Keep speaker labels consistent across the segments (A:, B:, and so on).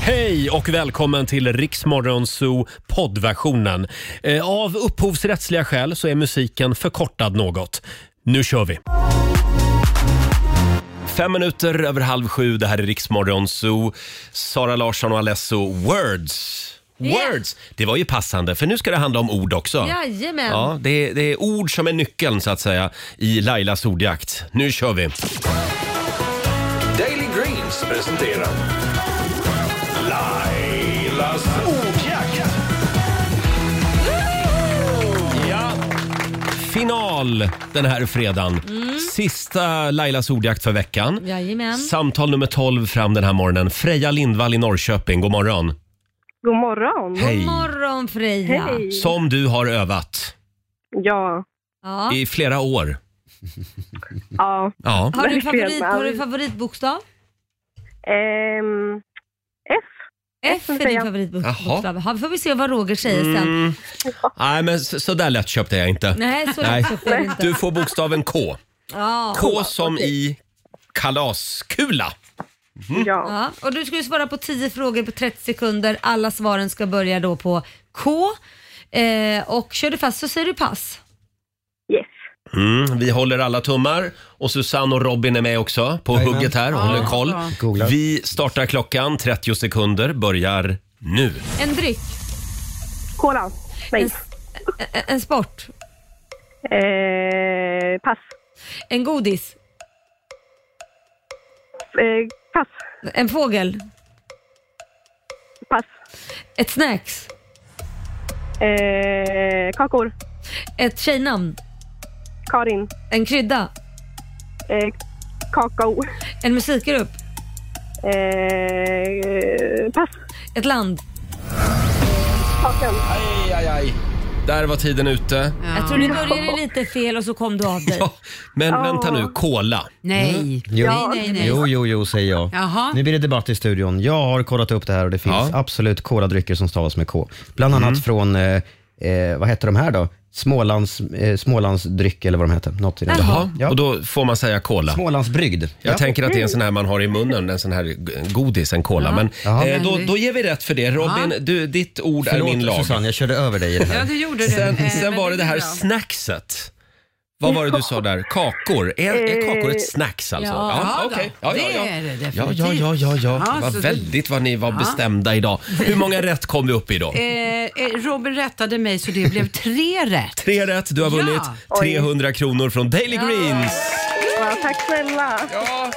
A: Hej och välkommen till Riksmorgon Zoo poddversionen. Eh, Av upphovsrättsliga skäl så är musiken förkortad något. Nu kör vi! Fem minuter över halv sju, det här är Riksmorgon Zoo. Sara Larsson och Alesso, words!
B: Yeah.
A: Words! Det var ju passande, för nu ska det handla om ord också.
B: Jajamän.
A: Ja, det, är, det är ord som är nyckeln så att säga i Lailas ordjakt. Nu kör vi!
C: Daily Greens presenterar Lailas ordjakt.
A: Final den här fredagen. Sista Lailas ordjakt för veckan.
B: Jajamän.
A: Samtal nummer 12 fram den här morgonen. Freja Lindvall i Norrköping, god morgon.
D: God morgon.
A: Hej.
B: God morgon Freja.
D: Hej.
A: Som du har övat
D: Ja.
B: Ja.
A: i flera år.
D: ja.
A: Ja.
B: Har, du en
D: Verkligen.
B: favorit, har du en favoritbokstav?
D: Ehm, F.
B: F är din
D: Freja.
B: favoritbokstav. Ha, får vi se vad Roger säger sen.
A: Mm. Nej, men så, så där lätt köpte jag inte.
B: Nej, så
A: Nej.
B: lätt köpte jag inte.
A: Du får bokstaven K.
B: Ja.
A: K som i kalaskula.
D: Ja.
B: Ja. Och du ska ju svara på 10 frågor på 30 sekunder. Alla svaren ska börja då på K. Eh, och kör du fast så säger du pass.
D: Yes.
A: Mm, vi håller alla tummar och Susanne och Robin är med också på
E: Jajamän.
A: hugget här och håller koll.
E: Googlar.
A: Vi startar klockan, 30 sekunder börjar nu.
B: En dryck.
D: Kola. Nej.
B: En, s- en, en sport.
D: Ehm, pass.
B: En godis.
D: Ehm, pass.
B: En fågel.
D: Pass.
B: Ett snacks.
D: Ehm, kakor.
B: Ett tjejnamn.
D: Karin.
B: En krydda.
D: Ehm, kakao.
B: En musikgrupp.
D: Ehm, pass.
B: Ett land.
D: Kakan.
A: Aj, aj, aj. Där var tiden ute.
B: Jag tror du började lite fel och så kom du av dig.
A: Ja, men
D: Ja.
A: vänta nu, kola.
F: Nej.
E: Jo.
F: nej, nej, nej.
E: Jo, jo, jo, säger jag.
F: Jaha.
E: Nu blir det debatt i studion. Jag har kollat upp det här och det finns
A: Ja. Mm.
E: absolut koladrycker som stavas med K. Bland annat från, eh, eh, vad heter de här då? Smålands, eh, Smålandsdryck eller vad de heter. Något i den.
A: Jaha,
E: Ja.
A: och då får man säga kola.
E: Smålandsbrygd.
A: Jag
E: Ja. Mm.
A: tänker att det är en sån här man har i munnen, en sån här g- godis, en kola. Men
E: Jaha.
A: eh, då, då ger vi rätt för det. Robin, du, ditt ord är
E: Förlåt
A: min lag.
E: Susanne, jag körde över dig i det
F: Ja,
E: här.
F: det gjorde du. Eh,
A: Sen, sen
F: men
A: var det det
F: är
A: här
F: bra.
A: snackset. Vad var det du sa där? Kakor? Är, är kakor ett snacks alltså?
B: Ja,
F: Eh, ja,
A: okej.
F: då. Det är det
A: ja,
F: definitivt.
A: ja, ja, ja, ja.
F: Ja,
A: Det var
F: så det-
A: väldigt vad ni var bestämda idag. Hur många rätt kom vi upp i då?
F: Eh, eh, Robin rättade mig så det blev tre rätt.
A: Tre rätt, du har
F: Ja.
A: vunnit 300 kronor från Daily Greens.
D: Wow, tack snälla.
A: Ja,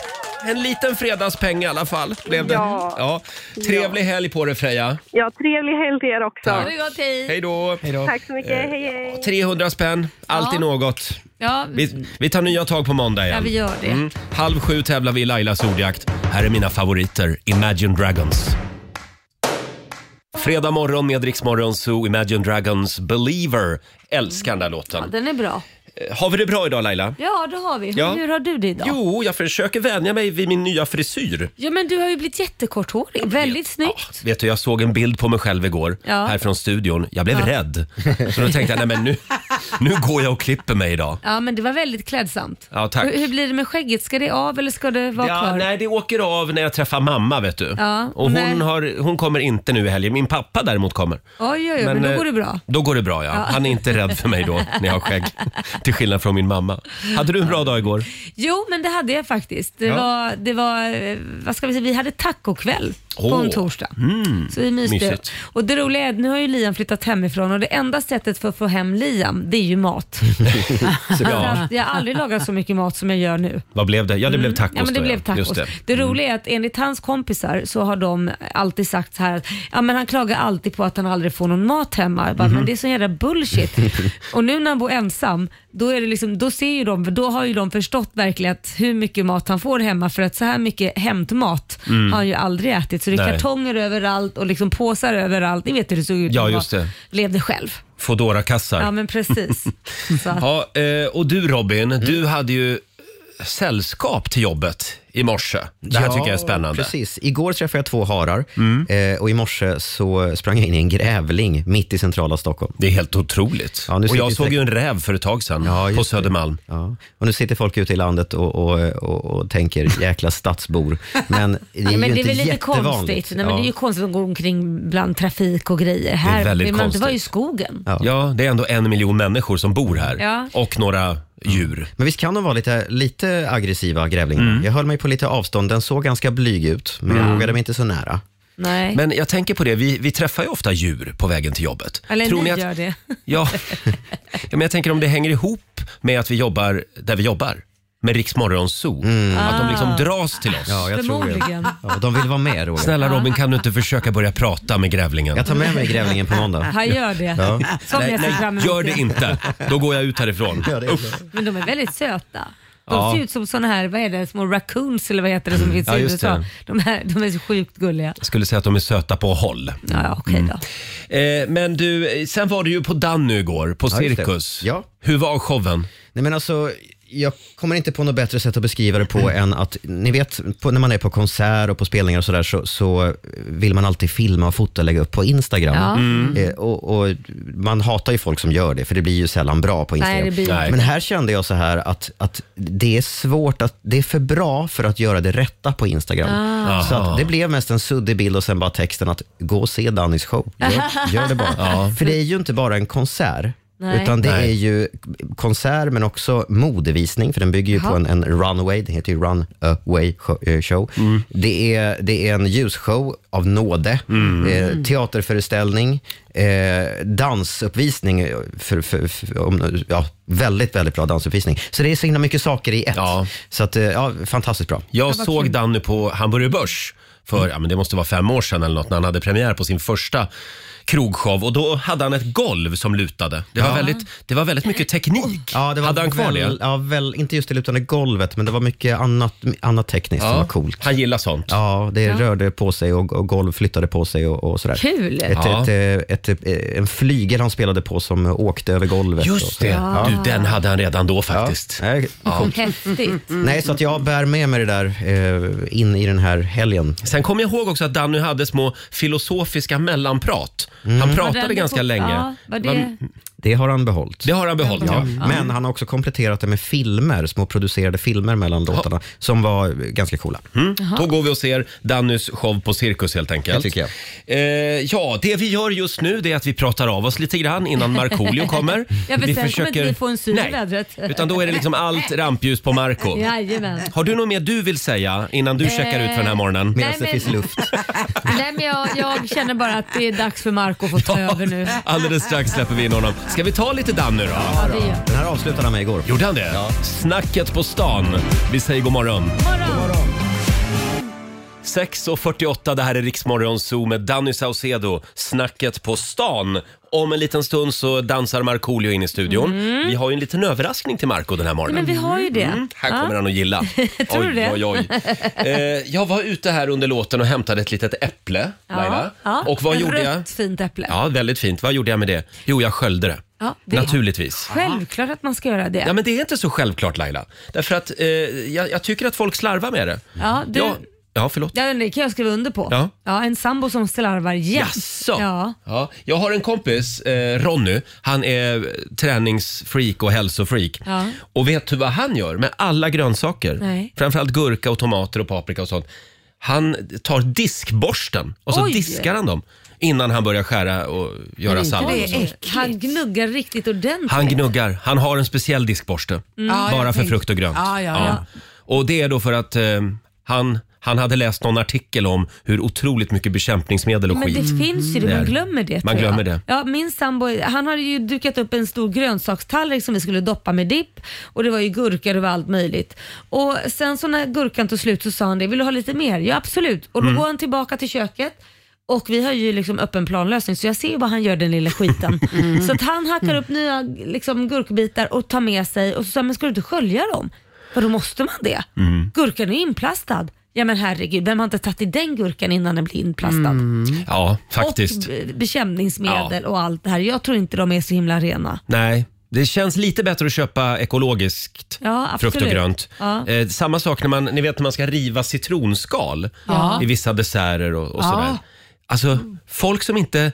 A: en liten fredagspeng i alla fall blev det.
D: Ja.
A: Trevlig helg på dig Freja.
D: Ja, trevlig helg till er också.
A: Tack.
B: Ha det gott, hej.
A: Hej då.
E: Hej då.
D: Tack så mycket. Hej, hej.
A: 300 spänn, alltid
B: Ja.
A: något.
B: Ja,
A: Vi, vi tar nya tag på måndag igen.
B: ja, vi gör det.
A: Mm. Halv sju tävlar vi i Lailas ordjakt. Här är mina favoriter, Imagine Dragons. Fredag morgon med Rix Morgon Zoo, Imagine Dragons Believer. Älskar den där låten.
B: Den är bra.
A: Har vi det bra idag Laila?
B: Ja, det har vi. Hur,
A: Ja.
B: hur har du det idag?
A: Jo, jag försöker vänja mig vid min nya frisyr.
B: Ja, men du har ju blivit jättekorthårig. Väldigt snyggt.
A: Vet du, jag såg en bild på mig själv igår
B: Ja.
A: här från studion. Jag blev rädd. Så då tänkte jag, nej men nu, nu går jag och klipper mig idag.
B: Ja, men det var väldigt klädsamt.
A: Ja, tack.
B: Hur, hur blir det med skägget? Ska det av eller ska det vara
A: Ja,
B: kvar?
A: nej, det åker av när jag träffar mamma vet du.
B: Ja,
A: och hon,
B: nej.
A: har, hon kommer inte nu i helgen. Min pappa däremot kommer.
B: Oj, oj, oj, men,
A: eh,
B: då går det bra.
A: Då går det bra ja. Han är inte rädd för mig då när jag har skägg. Till skillnad från min mamma. Hade du en bra dag igår?
B: Jo, men det hade jag faktiskt. Det
A: Ja.
B: var, det var eh, vad ska vi säga, vi hade tacokväll på
A: Åh. Mm.
B: en torsdag. så vi myste.
A: mysigt.
B: Mm. Och det roliga är att nu har ju Liam flyttat hemifrån och det enda sättet för att få hem Liam, det är ju mat.
A: Ja.
B: Framförallt, Jag har aldrig lagat så mycket mat som jag gör nu.
A: Vad blev det? Ja, det blev tacos
B: Mm. Ja, men det
A: då,
B: blev tacos.
A: Just
B: Det.
A: det. Mm.
B: roliga är att enligt hans kompisar så har de alltid sagt så här att ja, men han klagar alltid på att han aldrig får någon mat hemma. Jag bara,
A: Mhm.
B: Men det är sån jävla bullshit. och nu när han bor ensam, då, är det liksom, då ser ju de, då har ju de förstått verkligen att hur mycket mat han får hemma för att så här mycket hämtmat har han ju aldrig ätit. Så det är
A: Mm. Nej.
B: kartonger överallt och liksom påsar överallt. Ni vet hur det såg ut
A: Ja,
B: när man
A: just det.
B: levde själv.
A: Foodora-kassar.
B: Ja men precis. så att,
E: Mm.
A: Ja, eh, och du Robin, du hade ju sällskap till jobbet i morse. Det här
E: Ja,
A: tycker jag är spännande. Mm.
E: Precis. Igår träffade jag två harar eh, och i morse så sprang jag in i en grävling mitt i centrala Stockholm.
A: Det är helt otroligt.
E: Ja, nu
A: och
E: sitter
A: jag
E: vi
A: såg
E: säkert-
A: ju en räv för ett tag sedan
E: Ja, just
A: på
E: det.
A: Södermalm.
E: Ja. Och nu sitter folk ute i landet och, och, och, och tänker jäkla stadsbor. Men det är
B: Nej, men
E: ju
B: det
E: inte
B: är väl lite
E: jättevanligt.
B: konstigt. Nej, men
E: Ja.
B: Det är ju konstigt att gå omkring bland trafik och grejer. Här
A: väldigt
B: vill man inte vara i
A: konstigt.
B: skogen.
E: Ja.
A: Ja, det är ändå en miljon människor som bor här.
B: Ja.
A: Och några djur.
E: Men visst kan de vara lite, lite aggressiva, grävlingarna? Jag höll mig på lite avstånd. Den såg ganska blyg ut, men jag vågade mig inte så nära.
B: Nej.
A: Men jag tänker på det, vi, vi träffar ju ofta djur på vägen till jobbet.
B: Eller ni
A: att,
B: gör det.
A: Ja, ja, men jag tänker om det hänger ihop med att vi jobbar där vi jobbar. Med Rix Morgon Zoo. Att de
B: Ah.
A: liksom dras till oss.
E: Mm. Ja, jag tror
B: Förmodligen.
E: det. Ja, de vill vara med, Roger.
A: Snälla Robin, kan du inte försöka börja prata med grävlingen?
E: Jag tar med mig grävlingen på måndag.
B: Han gör det. Som jag ser fram emot.
A: Eh, gör det inte. Då går jag ut härifrån. Usch.
B: Men de är väldigt söta. De
A: Ja. Mm.
B: ser ut som såna här, vad är det, små raccoons eller vad heter det som finns
A: Ja,
B: i
A: just
B: USA.
A: det.
B: De, här, de är så sjukt gulliga.
A: Jag skulle säga att de är söta på håll.
B: Ja, ja, okej
A: Mm.
B: då.
A: Eh, men du, eh, sen var du ju på Danny igår, på
E: Ja, just det.
A: Cirkus.
E: Ja.
A: Hur var showen?
E: Nej, men alltså, jag kommer inte på något bättre sätt att beskriva det på än att, ni vet på, när man är på konsert och på spelningar och sådär så, så vill man alltid filma och fota och lägga upp på Instagram.
B: Ja. Mm.
E: Eh, och, och man hatar ju folk som gör det, för det blir ju sällan bra på Instagram.
B: Nej, det blir
A: Nej.
E: Men här kände jag så här att, att det är svårt att, det är för bra för att göra det rätta på Instagram.
B: Ah.
E: Så att det blev mest en suddig bild och sen bara texten att gå och se Dannys show. Gör, gör det bara.
B: Äh,
E: För det är ju inte bara en konsert.
B: Nej.
E: Utan det
A: Nej.
E: är ju konsert men också modevisning för den bygger ju på en, en runway, det heter ju runaway sho- eh, show.
A: Mm.
E: Det, är, det är en ljusshow av nåde,
A: Mm.
E: eh, teaterföreställning, eh, dansuppvisning, eh, för, för, för, om, ja, väldigt, väldigt bra dansuppvisning. Så det är så himla mycket saker i ett.
A: Ja.
E: Så att, eh, ja, fantastiskt bra.
A: Jag såg Danny på Hamburger Börs för, ja men det måste vara fem år sedan eller något, när han hade premiär på sin första krogshow och då hade han ett golv som lutade. Det var, väldigt, det var väldigt mycket teknik. hade han kvar
E: väl,
A: det?
E: Ja, väl, inte just det lutande golvet, men det var mycket annat, annat tekniskt som var coolt.
A: Han gillar sånt.
E: Ja, det rörde på sig och, och golv flyttade på sig och, och sådär.
B: Kul.
E: Ett,
A: Ja.
E: ett, eh, ett, eh, en flygel han spelade på som eh, åkte över golvet. och
A: Just
E: så.
A: det! Du, den hade han redan då faktiskt.
E: Nej, coolt.
B: Häftigt.
E: Nej, så att jag bär med mig det där eh, in i den här helgen.
A: Sen kommer jag ihåg också att Danny hade små filosofiska mellanprat. Han
E: Mm.
B: Var
A: pratade
B: den
A: ganska
B: på-
A: länge.
B: Ja, var det,
E: Det har han behållit.
A: Det har han behållit, ja. Mm.
E: Men han har också kompletterat det med filmer, små producerade filmer mellan låtarna, som var eh, ganska coola.
A: Då går vi och ser Dannys show på Cirkus helt enkelt.
E: Det tycker
A: Eh, ja, det vi gör just nu det är att vi pratar av oss lite grann innan Markoolio kommer.
B: Ja, för sen kommer inte vi få en syl i vädret.
A: utan då är det liksom allt rampljus på Marco
B: jajamän.
A: Har du något mer du vill säga innan du checkar ut för den
B: Eh,
A: här morgonen?
E: Medan
B: Nej,
E: det
B: men-
E: finns luft.
B: Nej, men jag, jag känner bara att det är dags för Marco att få ta över nu.
A: Alldeles strax släpper vi in honom. Ska vi ta lite Danny då?
B: Ja, det gör.
E: Den här avslutade han med igår.
A: Gjorde han det? Snacket på stan. Vi säger god morgon.
B: Morgon.
A: 6.48, det här är Riksmorgon Zoo med Danny Saucedo. Snacket på stan. Om en liten stund så dansar Markoolio in i studion. Vi har ju en liten överraskning till Marco den här morgonen.
B: Mm.
A: Mm.
B: Men vi har ju det.
A: Här kommer han att gilla.
B: Tror du det?
A: oj, oj, oj. Eh, jag var ute här under låten och hämtade ett litet äpple, Laila. Och vad
B: Ett
A: gjorde jag?
B: Rött fint äpple.
A: Ja, väldigt fint. Vad gjorde jag med det? Jo, jag sköljde det.
B: Ja, det-
A: Naturligtvis.
B: Självklart att man ska göra det.
A: Ja, men det är inte så självklart Laila. Därför att eh, jag, jag tycker att folk slarvar med det.
B: Ja, du-
A: ja, ja förlåt.
B: Ja, det kan jag skriva under på.
A: Ja.
B: en sambo som slarvar jämt.
A: Jaså?
B: Ja.
A: Ja, jag har en kompis, eh, Ronny. Han är träningsfreak och hälsofreak.
B: Ja.
A: Och vet du vad han gör med alla grönsaker?
B: Nej.
A: Framförallt gurka och tomater och paprika och sånt. Han tar diskborsten och så
B: Oj.
A: diskar han dem innan han börjar skära och göra sallad.
B: Det
A: och
B: är
A: sånt.
B: äckligt. Han gnuggar riktigt ordentligt.
A: Han gnuggar. Han har en speciell diskborste.
F: Mm. Ja,
A: Bara för
F: jag tänkte-
A: frukt och grönt.
F: Ja, ja, ja.
A: Och det är då för att eh, han, han hade läst någon artikel om hur otroligt mycket bekämpningsmedel och
B: Men
A: skit.
B: det finns ju det,
A: Där.
B: man glömmer det.
A: Man
B: tror jag.
A: glömmer det.
B: Ja, min sambo han hade ju dukat upp en stor grönsakstallrik som vi skulle doppa med dipp och det var ju gurka och allt möjligt. Och Sen så när gurkan tog slut så sa han det, vill du ha lite mer? Ja absolut. Och då
A: Mm.
B: går han tillbaka till köket och vi har ju liksom öppen planlösning så jag ser ju bara han gör den lilla skiten.
A: Mm.
B: Så att han hackar upp nya liksom, gurkbitar och tar med sig och så säger men ska du inte skölja dem? För då måste man det.
A: Mm.
B: Gurkan är ju inplastad. Ja men herregud, vem har inte tagit i den gurkan innan den blir inplastad?
A: Ja, faktiskt.
B: Och be- bekämningsmedel och allt det här. Jag tror inte de är så himla rena.
A: Nej, Det känns lite bättre att köpa ekologiskt
B: Ja, absolut.
A: frukt och grönt.
B: Ja.
A: Eh, samma sak när man, ni vet när man ska riva citronskal
F: Ja.
A: i vissa desserter och, och
F: Ja.
A: sådär. Alltså folk som inte,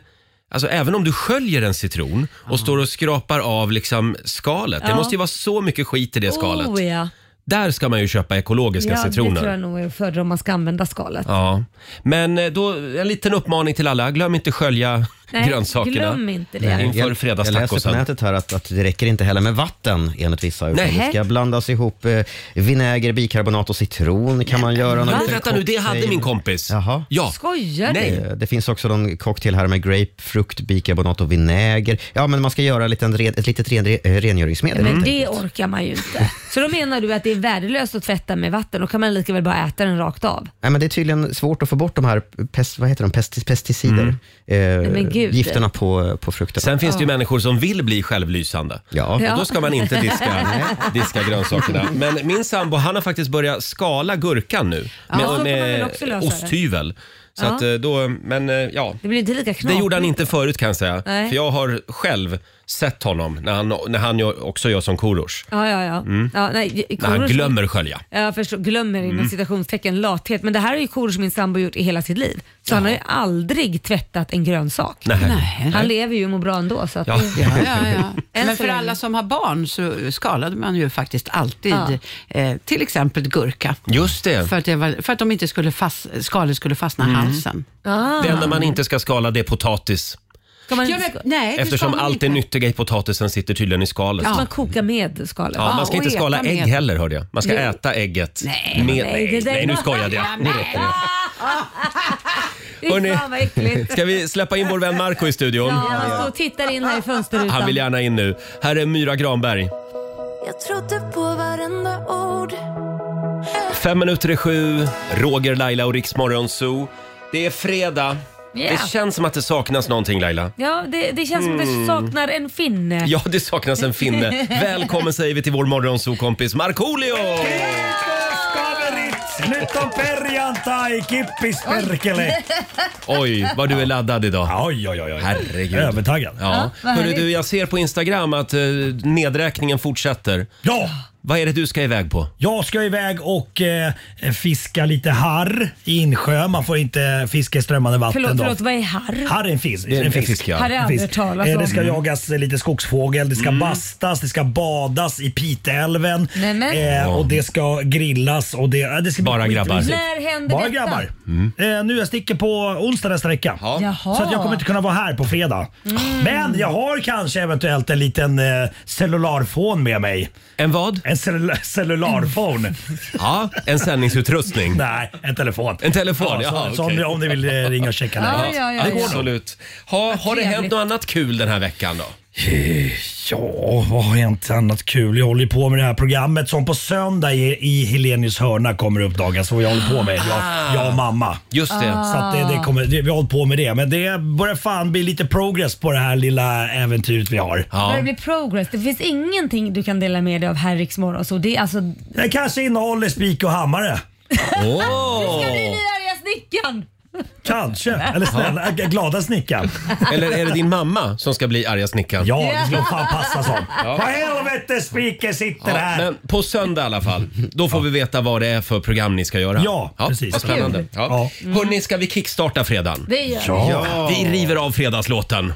A: alltså även om du sköljer en citron och står och skrapar av liksom skalet. Det
B: Ja.
A: måste ju vara så mycket skit i det skalet.
B: Oh, ja.
A: Där ska man ju köpa ekologiska
B: Ja, det
A: citroner.
B: tror jag nog är att föredra om man ska använda skalet.
A: Ja, men eh, då en liten uppmaning till alla. Glöm inte skölja
B: Nej,
A: grönsakerna.
B: glöm inte det.
A: Nej. Inför
E: Eh, jag, jag läser på
A: fredagstacosen.
E: nätet här att, att det räcker inte heller med vatten enligt vissa. Utan
A: Nej.
E: det ska blandas ihop eh, vinäger, bikarbonat och citron kan man göra. en
A: Nej,
E: liten
A: vänta nu, det hade
E: cocktail.
A: min kompis.
E: Jaha.
A: Ja.
B: Skojar du?
A: Nej.
E: Eh, Det finns också någon cocktail här med grapefrukt, bikarbonat och vinäger. Ja, men man ska göra en liten, ren- ett litet ren, eh, rengöringsmedel.
B: Men
E: helt
B: det
E: enkelt.
B: orkar man ju inte. Så då menar du att det är värdelöst att tvätta med vatten? Då kan man lika väl bara äta den rakt av?
E: Nej, men det är tydligen svårt att få bort de här pest, vad heter de? Pest,
A: Mm.
E: pesticider, eh,
B: men gud.
E: gifterna på, på frukterna.
A: Sen finns det ju människor som vill bli självlysande.
E: Ja.
A: Och då ska man inte diska, diska grönsakerna. Men min sambo han har faktiskt börjat skala gurkan nu.
B: så kan man väl
A: med
B: också lösa det.
A: osthyvel. Så
B: Ja.
A: att eh, då, men eh, ja.
B: Det blir inte lika
A: Det
B: knaprigt.
A: gjorde han inte förut kan jag säga.
B: Nej.
A: För jag har själv sett honom när han, när han gör, också gör som Korosh.
B: Ja, ja, ja. ja nej,
A: När Mm. han Mm.
B: koror-
A: glömmer skölja.
B: Ja, Jag förstår, glömmer inom citationstecken lathet. Men det här är ju koror som min sambo gjort i hela sitt liv. Så han har ju aldrig tvättat en grönsak.
A: Nej.
B: Han lever ju och mår bra ändå. Så att
A: Ja.
B: det,
F: Ja, ja, ja.
B: Än
F: Men
B: så
F: för
B: länge.
F: alla som har barn så skalade man ju faktiskt alltid
B: Ja.
F: eh, till exempel gurka.
A: Just det.
F: För att, det var, för att de inte skulle fast, skalet skulle fastna i
A: Mm.
F: halsen.
B: Ah.
A: Det enda man inte ska skala det är potatis.
B: ska man,
F: Ja, men, nej, det
A: Eftersom
F: ska man
A: allt det
F: inte.
A: nyttiga i potatisen sitter tydligen i skalet.
B: ska
A: Ja.
B: man koka med skalet?
A: man ska
F: och
A: inte
F: äta
A: skala
F: med.
A: ägg heller hörde jag. Man ska
B: Jo.
A: äta ägget.
F: Nej,
A: med,
B: nej, det
A: nej,
B: där-
A: nej, nu skojade jag. Nu räcker det.
B: Fy
A: Hörrni.
B: fan vad äckligt.
A: Ska vi släppa in vår vän Marco i studion?
B: Ja, han står och tittar in här i fönsterrutan.
A: Han vill gärna in nu. Här är Myra Granberg.
G: Jag trodde på varenda ord
A: Fem minuter i sju, Roger, Laila och Riksmorgon Zoo. Det är fredag.
B: Yeah.
A: Det känns som att det saknas någonting Laila.
B: Ja, det, det känns som det saknar en finne.
A: Ja, det saknas en finne. Välkommen säger vi till vår morgonsokompis Markoolio!
H: Kaverit, nyt on perjantai, kippisperkele.
A: Oj, vad du är laddad idag.
H: Oj, oj, oj. oj.
A: Herregud.
H: Övertaggad.
A: Ja.
B: vad
A: Hörru,
B: härligt.
A: du, jag ser på Instagram att eh, nedräkningen fortsätter.
H: Ja,
A: Vad är det du ska iväg på?
H: jag ska iväg och eh, fiska lite harr i insjö. Man får inte fiska i strömmande vatten.
B: Förlåt,
H: då.
B: förlåt, vad är harr?
H: Harr är en fisk.
A: är en
H: En fisk.
A: fisk, ja.
B: Har jag
H: En fisk.
B: aldrig talat
H: Eh, Det
B: om.
H: ska jagas eh, lite skogsfågel, det ska
A: Mm.
H: bastas, det ska badas i Piteälven
B: Nämen.
H: eh, och det ska grillas. Och det, eh, det ska bli
A: Bara grabbar. Mm.
H: skitmysigt.
B: När händer
H: Bara
B: detta?
H: grabbar. Eh, nu jag sticker på onsdag nästa vecka.
B: Jaha.
H: Så att jag kommer inte kunna vara här på fredag. Men jag har kanske eventuellt en liten eh, cellularfon med mig.
A: En vad?
H: En cellul- cellularfon.
A: Ja, en sändningsutrustning.
H: Nej, en telefon.
A: En telefon,
H: ja.
A: jaha,
H: så, så
A: okej.
H: om, om ni vill eh, ringa och checka
B: Ja,
H: läget.
B: ja, ja, ja.
A: Absolut. Ha, har det hänt något annat kul den här veckan då?
H: Eh, Ja, vad har hänt annat kul? Jag håller ju på med det här programmet som på söndag i, i Helenius hörna kommer uppdagas. Vad jag håller på med,
A: Ah.
H: jag, jag och mamma.
A: Just det.
B: Ah.
H: Så att det,
A: Ah.
H: det kommer, det, vi har hållit på med det. Men det börjar fan bli lite progress på det här lilla äventyret vi har.
B: Börjar
A: Ja.
B: det bli progress? Det finns ingenting du kan dela med dig av här i Rix Morgon, så Det är alltså...
H: Det kanske innehåller spik och hammare.
A: Åh!
B: arga snickaren!
H: Kanske. Eller snälla, äh, glada snickaren.
A: Eller är det din mamma som ska bli arga snickaren?
H: Ja, det skulle fan passa som. Vad helvete spiken sitter
A: Ja,
H: här.
A: men på söndag i alla fall. Då får vi veta vad det är för program ni ska göra.
H: Ja, precis.
A: Vad spännande. Ja. Hörni, ska vi kickstarta fredagen?
B: Det gör
H: Ja.
A: Vi river av fredagslåten.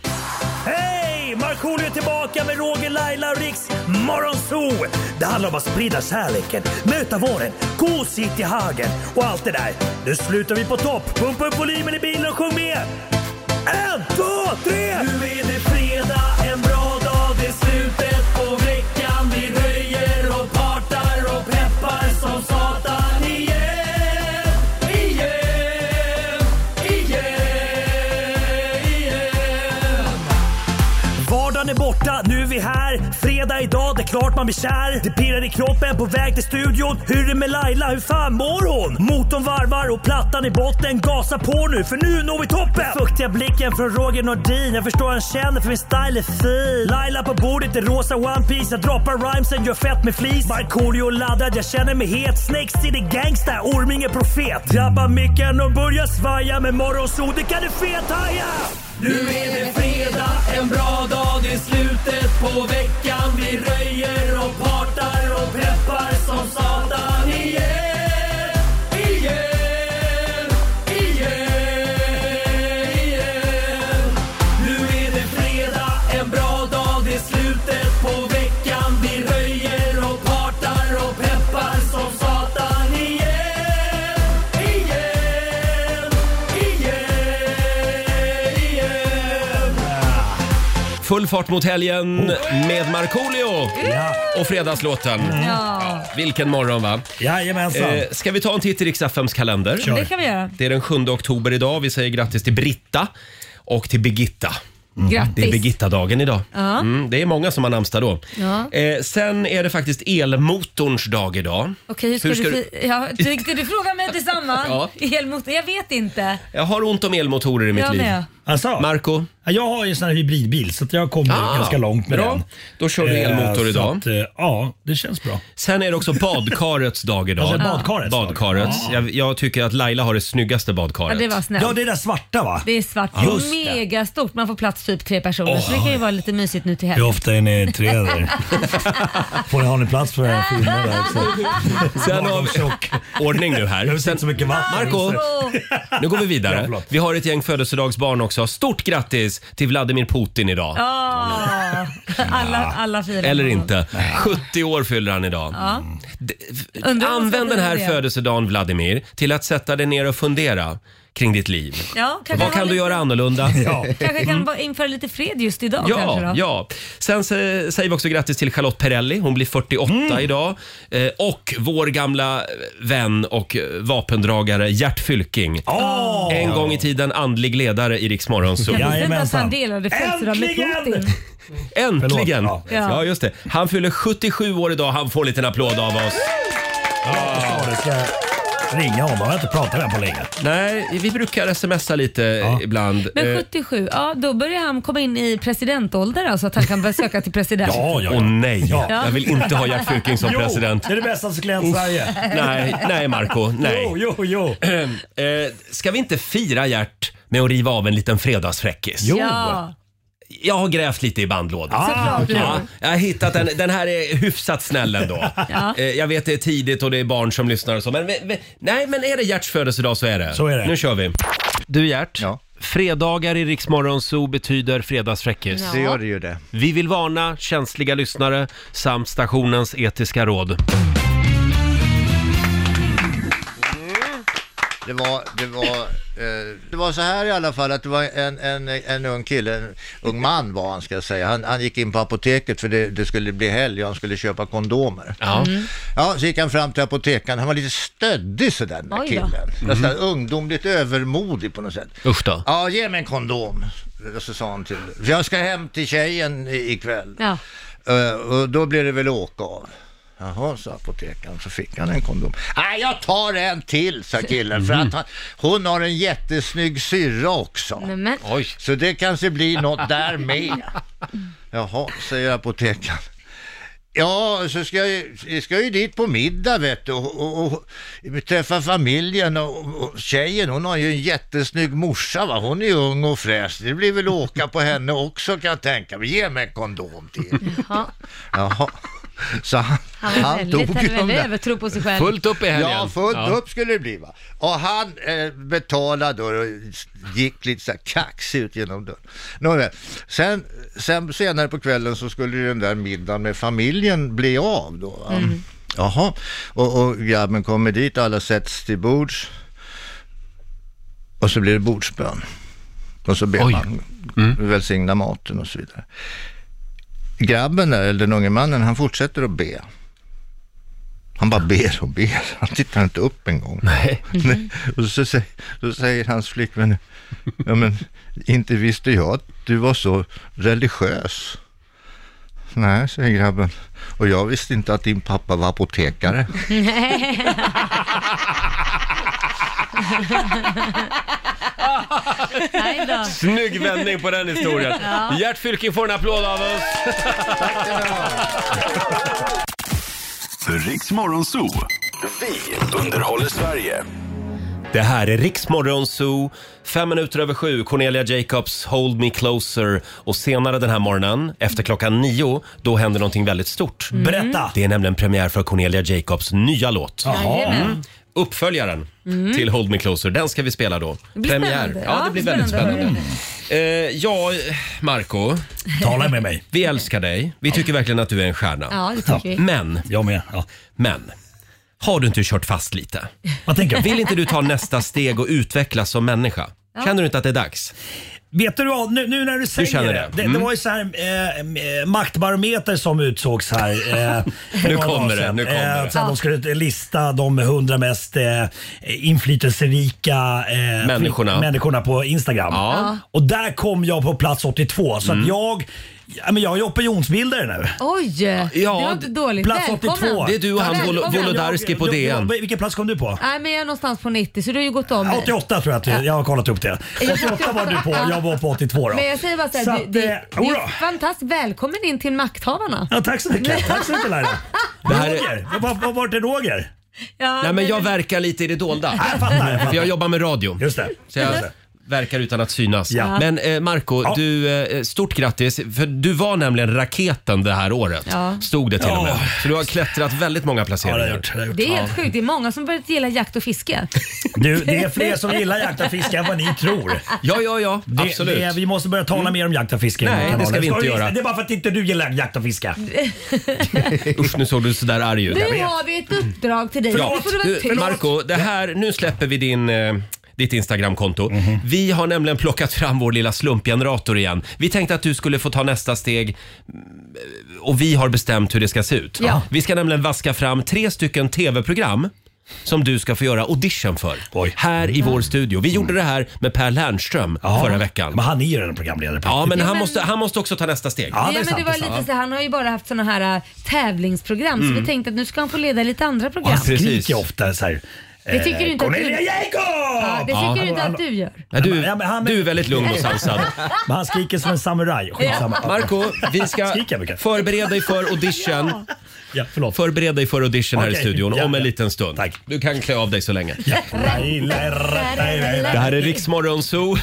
H: Hej! Markoolio är tillbaka med Roger, Laila och Riks Morgonzoo! Det handlar om att sprida kärleken, möta våren, gosigt i hagen och allt det där. Nu slutar vi på topp! Pumpa upp volymen i bilen och sjung med! En, två, tre! Nu är det fredag, en bra dag, det är slutet på veckan. Vi röjer och partar och peppar som satan igen, igen, igen, igen. Vardagen är borta, nu är vi här. Fredag idag, det är klart man blir kär. Det pirrar i kroppen på väg till studion. Hur är det med Laila, hur fan mår hon? Motorn varvar och plattan i botten. Gasa på nu, för nu når vi toppen! Den fuktiga blicken från Roger Nordin. Jag förstår han känner för min style är fin. Laila på bordet i rosa One Piece Jag droppar rhymesen, gör fett med flis. Markoolio laddad, jag känner mig het. Snakes city gangsta, Orminge profet. Drabbar micken och börjar svaja. Med morgonsol, det kan du fethaja! Nu är det fredag, en bra dag, det är slutet på veckan. Vi röjer och partar och peppar som satan igen. Igen, igen, igen. Nu är det fredag, en bra dag, det är slutet på veckan. Vi röjer och partar och peppar som satan igen. Igen, igen, igen.
A: Full fart mot helgen med Markoolio och Fredagslåten.
B: Ja,
A: Vilken morgon va?
H: Jajamensan.
A: Eh, ska vi ta en titt i riks kalender?
H: Kör.
B: det kan vi göra.
A: Det är den 7 oktober idag. Vi säger grattis till Britta och till Birgitta. Det är
B: Grattis.
A: Birgitta-dagen idag.
B: Ja.
A: Mm, det är många som har namnsdag då.
B: Ja.
A: Eh, sen är det faktiskt elmotorns dag idag.
B: Okej, hur ska, du... fi- Ja, tyckte du fråga mig detsamma?
A: Ja.
B: Elmotor? Jag vet inte.
A: Jag har ont om elmotorer i mitt
B: Jag
A: liv.
B: med.
H: Alltså,
A: Marco? Ah,
H: Ja, Jag har ju en sån här hybridbil så att jag kommer ganska långt med
A: bra.
H: den.
A: Då kör du
H: Eh,
A: elmotor
H: så
A: idag.
H: att, eh, ja, det känns bra.
A: Sen är det också badkarets dag idag.
H: Alltså badkarets dag.
A: Badkaret. Jag, jag tycker att Laila har det snyggaste badkaret.
B: Ja, det var snällt.
H: Ja, det är det där svarta va?
B: Det är svart.
H: Just det.
B: Megastort. Man får plats typ tre personer. Så det kan ju vara lite mysigt nu till
H: Hur
B: helgen.
H: ofta är ni tre där? Får ni, har ni plats för en filma där också?
A: Sen har
H: Lagom
A: vi...
H: tjock.
A: Ordning nu här.
H: Jag vet inte så mycket vatten.
A: Marco,
B: Åh,
A: nu går vi
H: Ja,
A: vidare.
H: förlåt.
A: vi har ett gäng födelsedagsbarn också. Stort grattis till Vladimir Putin idag.
B: ja. alla, alla fyra.
A: Eller inte. 70 år fyller han idag. D- f-
B: Undrar om han
A: Använd
B: ska
A: den här
B: bli det.
A: födelsedagen Vladimir till att sätta dig ner och fundera kring ditt liv.
B: Ja, kanske
A: Vad
B: ha
A: kan du
B: lite-
A: göra annorlunda?
H: Ja.
B: Kanske kan bara införa lite fred just idag kanske
A: Ja,
B: då.
A: ja. Sen sä- säger vi också grattis till Charlotte Perrelli. Hon blir 48
H: Mm.
A: idag. Eh, och vår gamla vän och eh, vapendragare Gert Fylking.
H: Åh!
A: Ah! En gång i tiden andlig ledare i Rix Morgon Zoo.
B: Jag visste inte att
H: Jajamensan.
B: han delade födelsedag med
H: Äntligen!
B: Putin.
A: Äntligen!
H: Förlåt,
A: Ja. just det. Han fyller 77 år idag. Han får en liten applåd av oss.
H: Ja, det ska jag ringa honom. Jag har inte pratat med honom på länge.
A: Nej, vi brukar smsa lite ibland.
B: Men
A: Eh,
B: 77, ja då börjar han komma in i presidentålder alltså att han kan börja söka till president.
H: Ja, ja,
A: Eh, Åh
H: ja.
A: nej,
H: Ja.
A: jag vill inte ha Gert Fylking som
H: Jo,
A: president.
H: det är det bästa som klient Sverige.
A: Nej, nej Marco, nej.
H: Jo, jo, jo.
A: Eh, ska vi inte fira Gert med att riva av en liten fredagsfräckis?
H: Jo.
B: Ja.
A: Jag har grävt lite i bandlådan.
H: Ah,
B: Såklart.
A: Ja, jag har hittat en, den här är hyfsat snäll ändå.
B: Ja.
A: Eh, Jag vet det är tidigt och det är barn som lyssnar och så. Men, men- men- nej, men är det Gerts födelsedag så är det.
H: Så är det.
A: Nu kör vi. Du Gert,
E: Ja.
A: fredagar i Riksmorgon Zoo betyder fredagsfräckis.
E: Det gör det ju det.
A: Vi vill varna känsliga lyssnare samt stationens etiska råd.
I: Det var, det var, eh, det var så här i alla fall att det var en, en, en ung kille, en ung man var han ska jag säga. Han, han gick in på apoteket för det, det skulle bli helg och han skulle köpa kondomer.
A: Ja.
I: Ja, så gick han fram till apotekaren. Han var lite stöddig sådär den där
B: Oj då. Mm.
I: killen. Nästan ungdomligt övermodig på något sätt.
A: Usch då.
I: Ja, ge mig en kondom. Och Så sa han till för jag ska hem till tjejen i- ikväll.
B: Ja.
I: Eh, och då blir det väl åka av. Jaha, sa apotekaren, så fick han en kondom. Nej, jag tar en till, sa killen, för att han, hon har en jättesnygg syrra också.
B: Nej, men,
A: Oj.
I: Så det kanske blir något där med. Jaha, säger apotekaren. Ja, så ska jag, ju- jag ska ju dit på middag vet du och, och, och träffa familjen och, och tjejen hon har ju en jättesnygg morsa va, hon är ung och fräsch. Det blir väl åka på henne också kan jag tänka mig. Ge mig en kondom till.
B: ja.
I: Jaha. Så han,
B: Han var väldigt, han
I: ju
B: hade
I: de
B: väldigt
I: där-
B: övertro på sig själv.
A: Fullt upp i helgen.
I: Ja, fullt upp skulle det bli va. Och han eh, betalade och gick lite så här kaxig ut genom dörren. Nåväl, sen, sen senare på kvällen så skulle ju den där middagen med familjen bli av då. Va? Jaha, och, och grabben kommer dit, alla sätts till bords. Och så blir det bordsbön. Och så ber
A: Oj. Mm.
I: man välsigna maten och så vidare. Grabben där, eller den unge mannen, han fortsätter att be. Han bara ber och ber. Han tittar inte upp en gång.
A: Nej.
I: Nej. Och så säger, så säger hans flickvän, ja men inte visste jag att du var så religiös. Nej, säger grabben. Och jag visste inte att din pappa var apotekare.
B: Nej då.
A: Snygg vändning på den historien. Gert Fylking får en applåd av oss.
C: Riks Morgonzoo. Vi underhåller Sverige.
A: Det här är Riksmorgon Zoo. Fem minuter över sju, Cornelia Jacobs Hold Me Closer. Och senare den här morgonen, efter klockan nio, då händer någonting väldigt stort.
H: Berätta!
A: Det är nämligen premiär för Cornelia Jacobs nya låt.
B: Jajamän.
A: Uppföljaren till Hold Me Closer, den ska vi spela då.
B: Mm. Det blir spännande.
A: Ja, det blir väldigt spännande.
B: att höra.
A: Eh, ja, Marco,
H: Tala med mig.
A: vi älskar dig. Vi tycker verkligen att du är en stjärna.
B: Ja, det tycker vi.
A: Men,
H: Jag med. Ja.
A: men, har du inte kört fast lite?
H: Vad tänker du?
A: Vill inte du ta nästa steg och utvecklas som människa? Känner du inte att det är dags?
H: Vet du vad, nu, nu när du säger
A: känner
H: det.
A: det?
H: Det,
A: Mm.
H: var ju så här eh, eh, maktbarometer som utsågs här. Eh, för
A: Nu
H: några
A: kommer
H: dagar
A: det,
H: sedan.
A: nu kommer
H: eh,
A: det.
H: Så att de skulle lista de hundra mest eh, inflytelserika eh,
A: Människorna.
H: människorna på Instagram.
A: Ja. Mm.
H: Och där kom jag på plats 82. Så att jag, ja, men jag är opinionsbildare nu.
B: Oj! det var inte dåligt.
H: plats
B: Välkommen.
H: 82.
A: Det är du och han
B: Välkommen.
A: Wolo- Wolodarski på
H: Jag-
A: DN.
H: jag- Vilken plats kom du på?
B: Nej, men jag är någonstans på 90 så du har ju gått om mig.
H: 88 tror jag att du, jag har kollat upp det.
B: Jag-
H: 88 var du på, jag var på 82 då.
B: Men jag säger bara så här,
H: Så
B: du,
H: att,
B: det,
H: eh,
B: det
H: jodå.
B: är fantastiskt. Välkommen in till makthavarna.
H: Ja, tack så mycket. Tack så mycket Laila.
A: Det här är-
H: Roger, var- var- vart är Roger?
B: Ja,
A: Nej, men jag verkar lite i det dolda.
H: Jag fattar. Jag
A: För
H: fattar.
A: jag jobbar med radio.
H: Just det.
A: Så jag
H: Just det.
A: verkar utan att synas.
H: Ja.
A: Men eh, Marco,
H: Ja.
A: du, eh, stort grattis. För du var nämligen raketen det här året.
B: Ja.
A: Stod det till och med.
H: Ja.
A: Så du har klättrat väldigt många
H: Ja, det har
A: placeringar.
H: jag gjort. Det har jag gjort.
B: det är helt sjukt. Det är många som börjat gilla jakt och fiske.
H: Du, det är fler som gillar jakt och fiske än vad ni tror.
A: ja, ja, ja.
H: Det,
A: absolut. Mm.
H: Det, vi måste börja tala mer om jakt och fiske. i den här
A: Nej, det
H: kanalen.
A: ska vi inte
H: du-
A: göra.
H: Det är bara för att inte du gillar jakt och fiske.
A: Usch, nu såg du sådär arg ut.
B: Nu har vi ett uppdrag till dig. Nu
A: Ja.
B: får du vara
A: Du,
B: tyst.
A: Marco, det här, nu släpper vi din... Eh, ditt Instagramkonto.
H: Mhm.
A: Vi har nämligen plockat fram vår lilla slumpgenerator igen. Vi tänkte att du skulle få ta nästa steg mm, och vi har bestämt hur det ska se ut.
B: Ja.
A: Vi ska nämligen vaska fram tre stycken tv-program som du ska få göra audition för
H: Oj. Mm.
A: här i vår studio. Vi gjorde det här med Per Lernström
H: Ja.
A: förra veckan.
H: Men han är ju redan programledare. på
A: Ja, men
H: riktigt.
A: han
B: men-
A: måste, han måste också ta nästa steg.
H: Ja, det
B: Ja,
H: är
B: men
H: sant.
B: det
H: det
B: var
H: är sant.
B: lite så, han har ju bara haft såna här äh, tävlingsprogram så vi tänkte att nu ska han få leda lite andra
H: Och
B: program.
H: han
A: Precis.
H: skriker ofta så här. eh,
B: Det tycker du inte att
H: Cornelia
B: du,
H: Jacob!
B: ja, det tycker du inte att du gör.
A: Nej, du,
H: Ja, men han-
A: du är väldigt lugn och sansad.
H: Men han skriker som en samuraj. Skitsamma.
A: Marco, vi ska
H: Skriker jag mycket?
A: förbereda dig för audition.
H: Ja, förlåt.
A: Förbered dig för audition här i
H: Okej.
A: studion
H: Ja,
A: om en
H: ja.
A: liten stund.
H: Tack.
A: Du kan klä av dig så länge. Det
H: Ja.
A: här är Riksmorgon Zoo.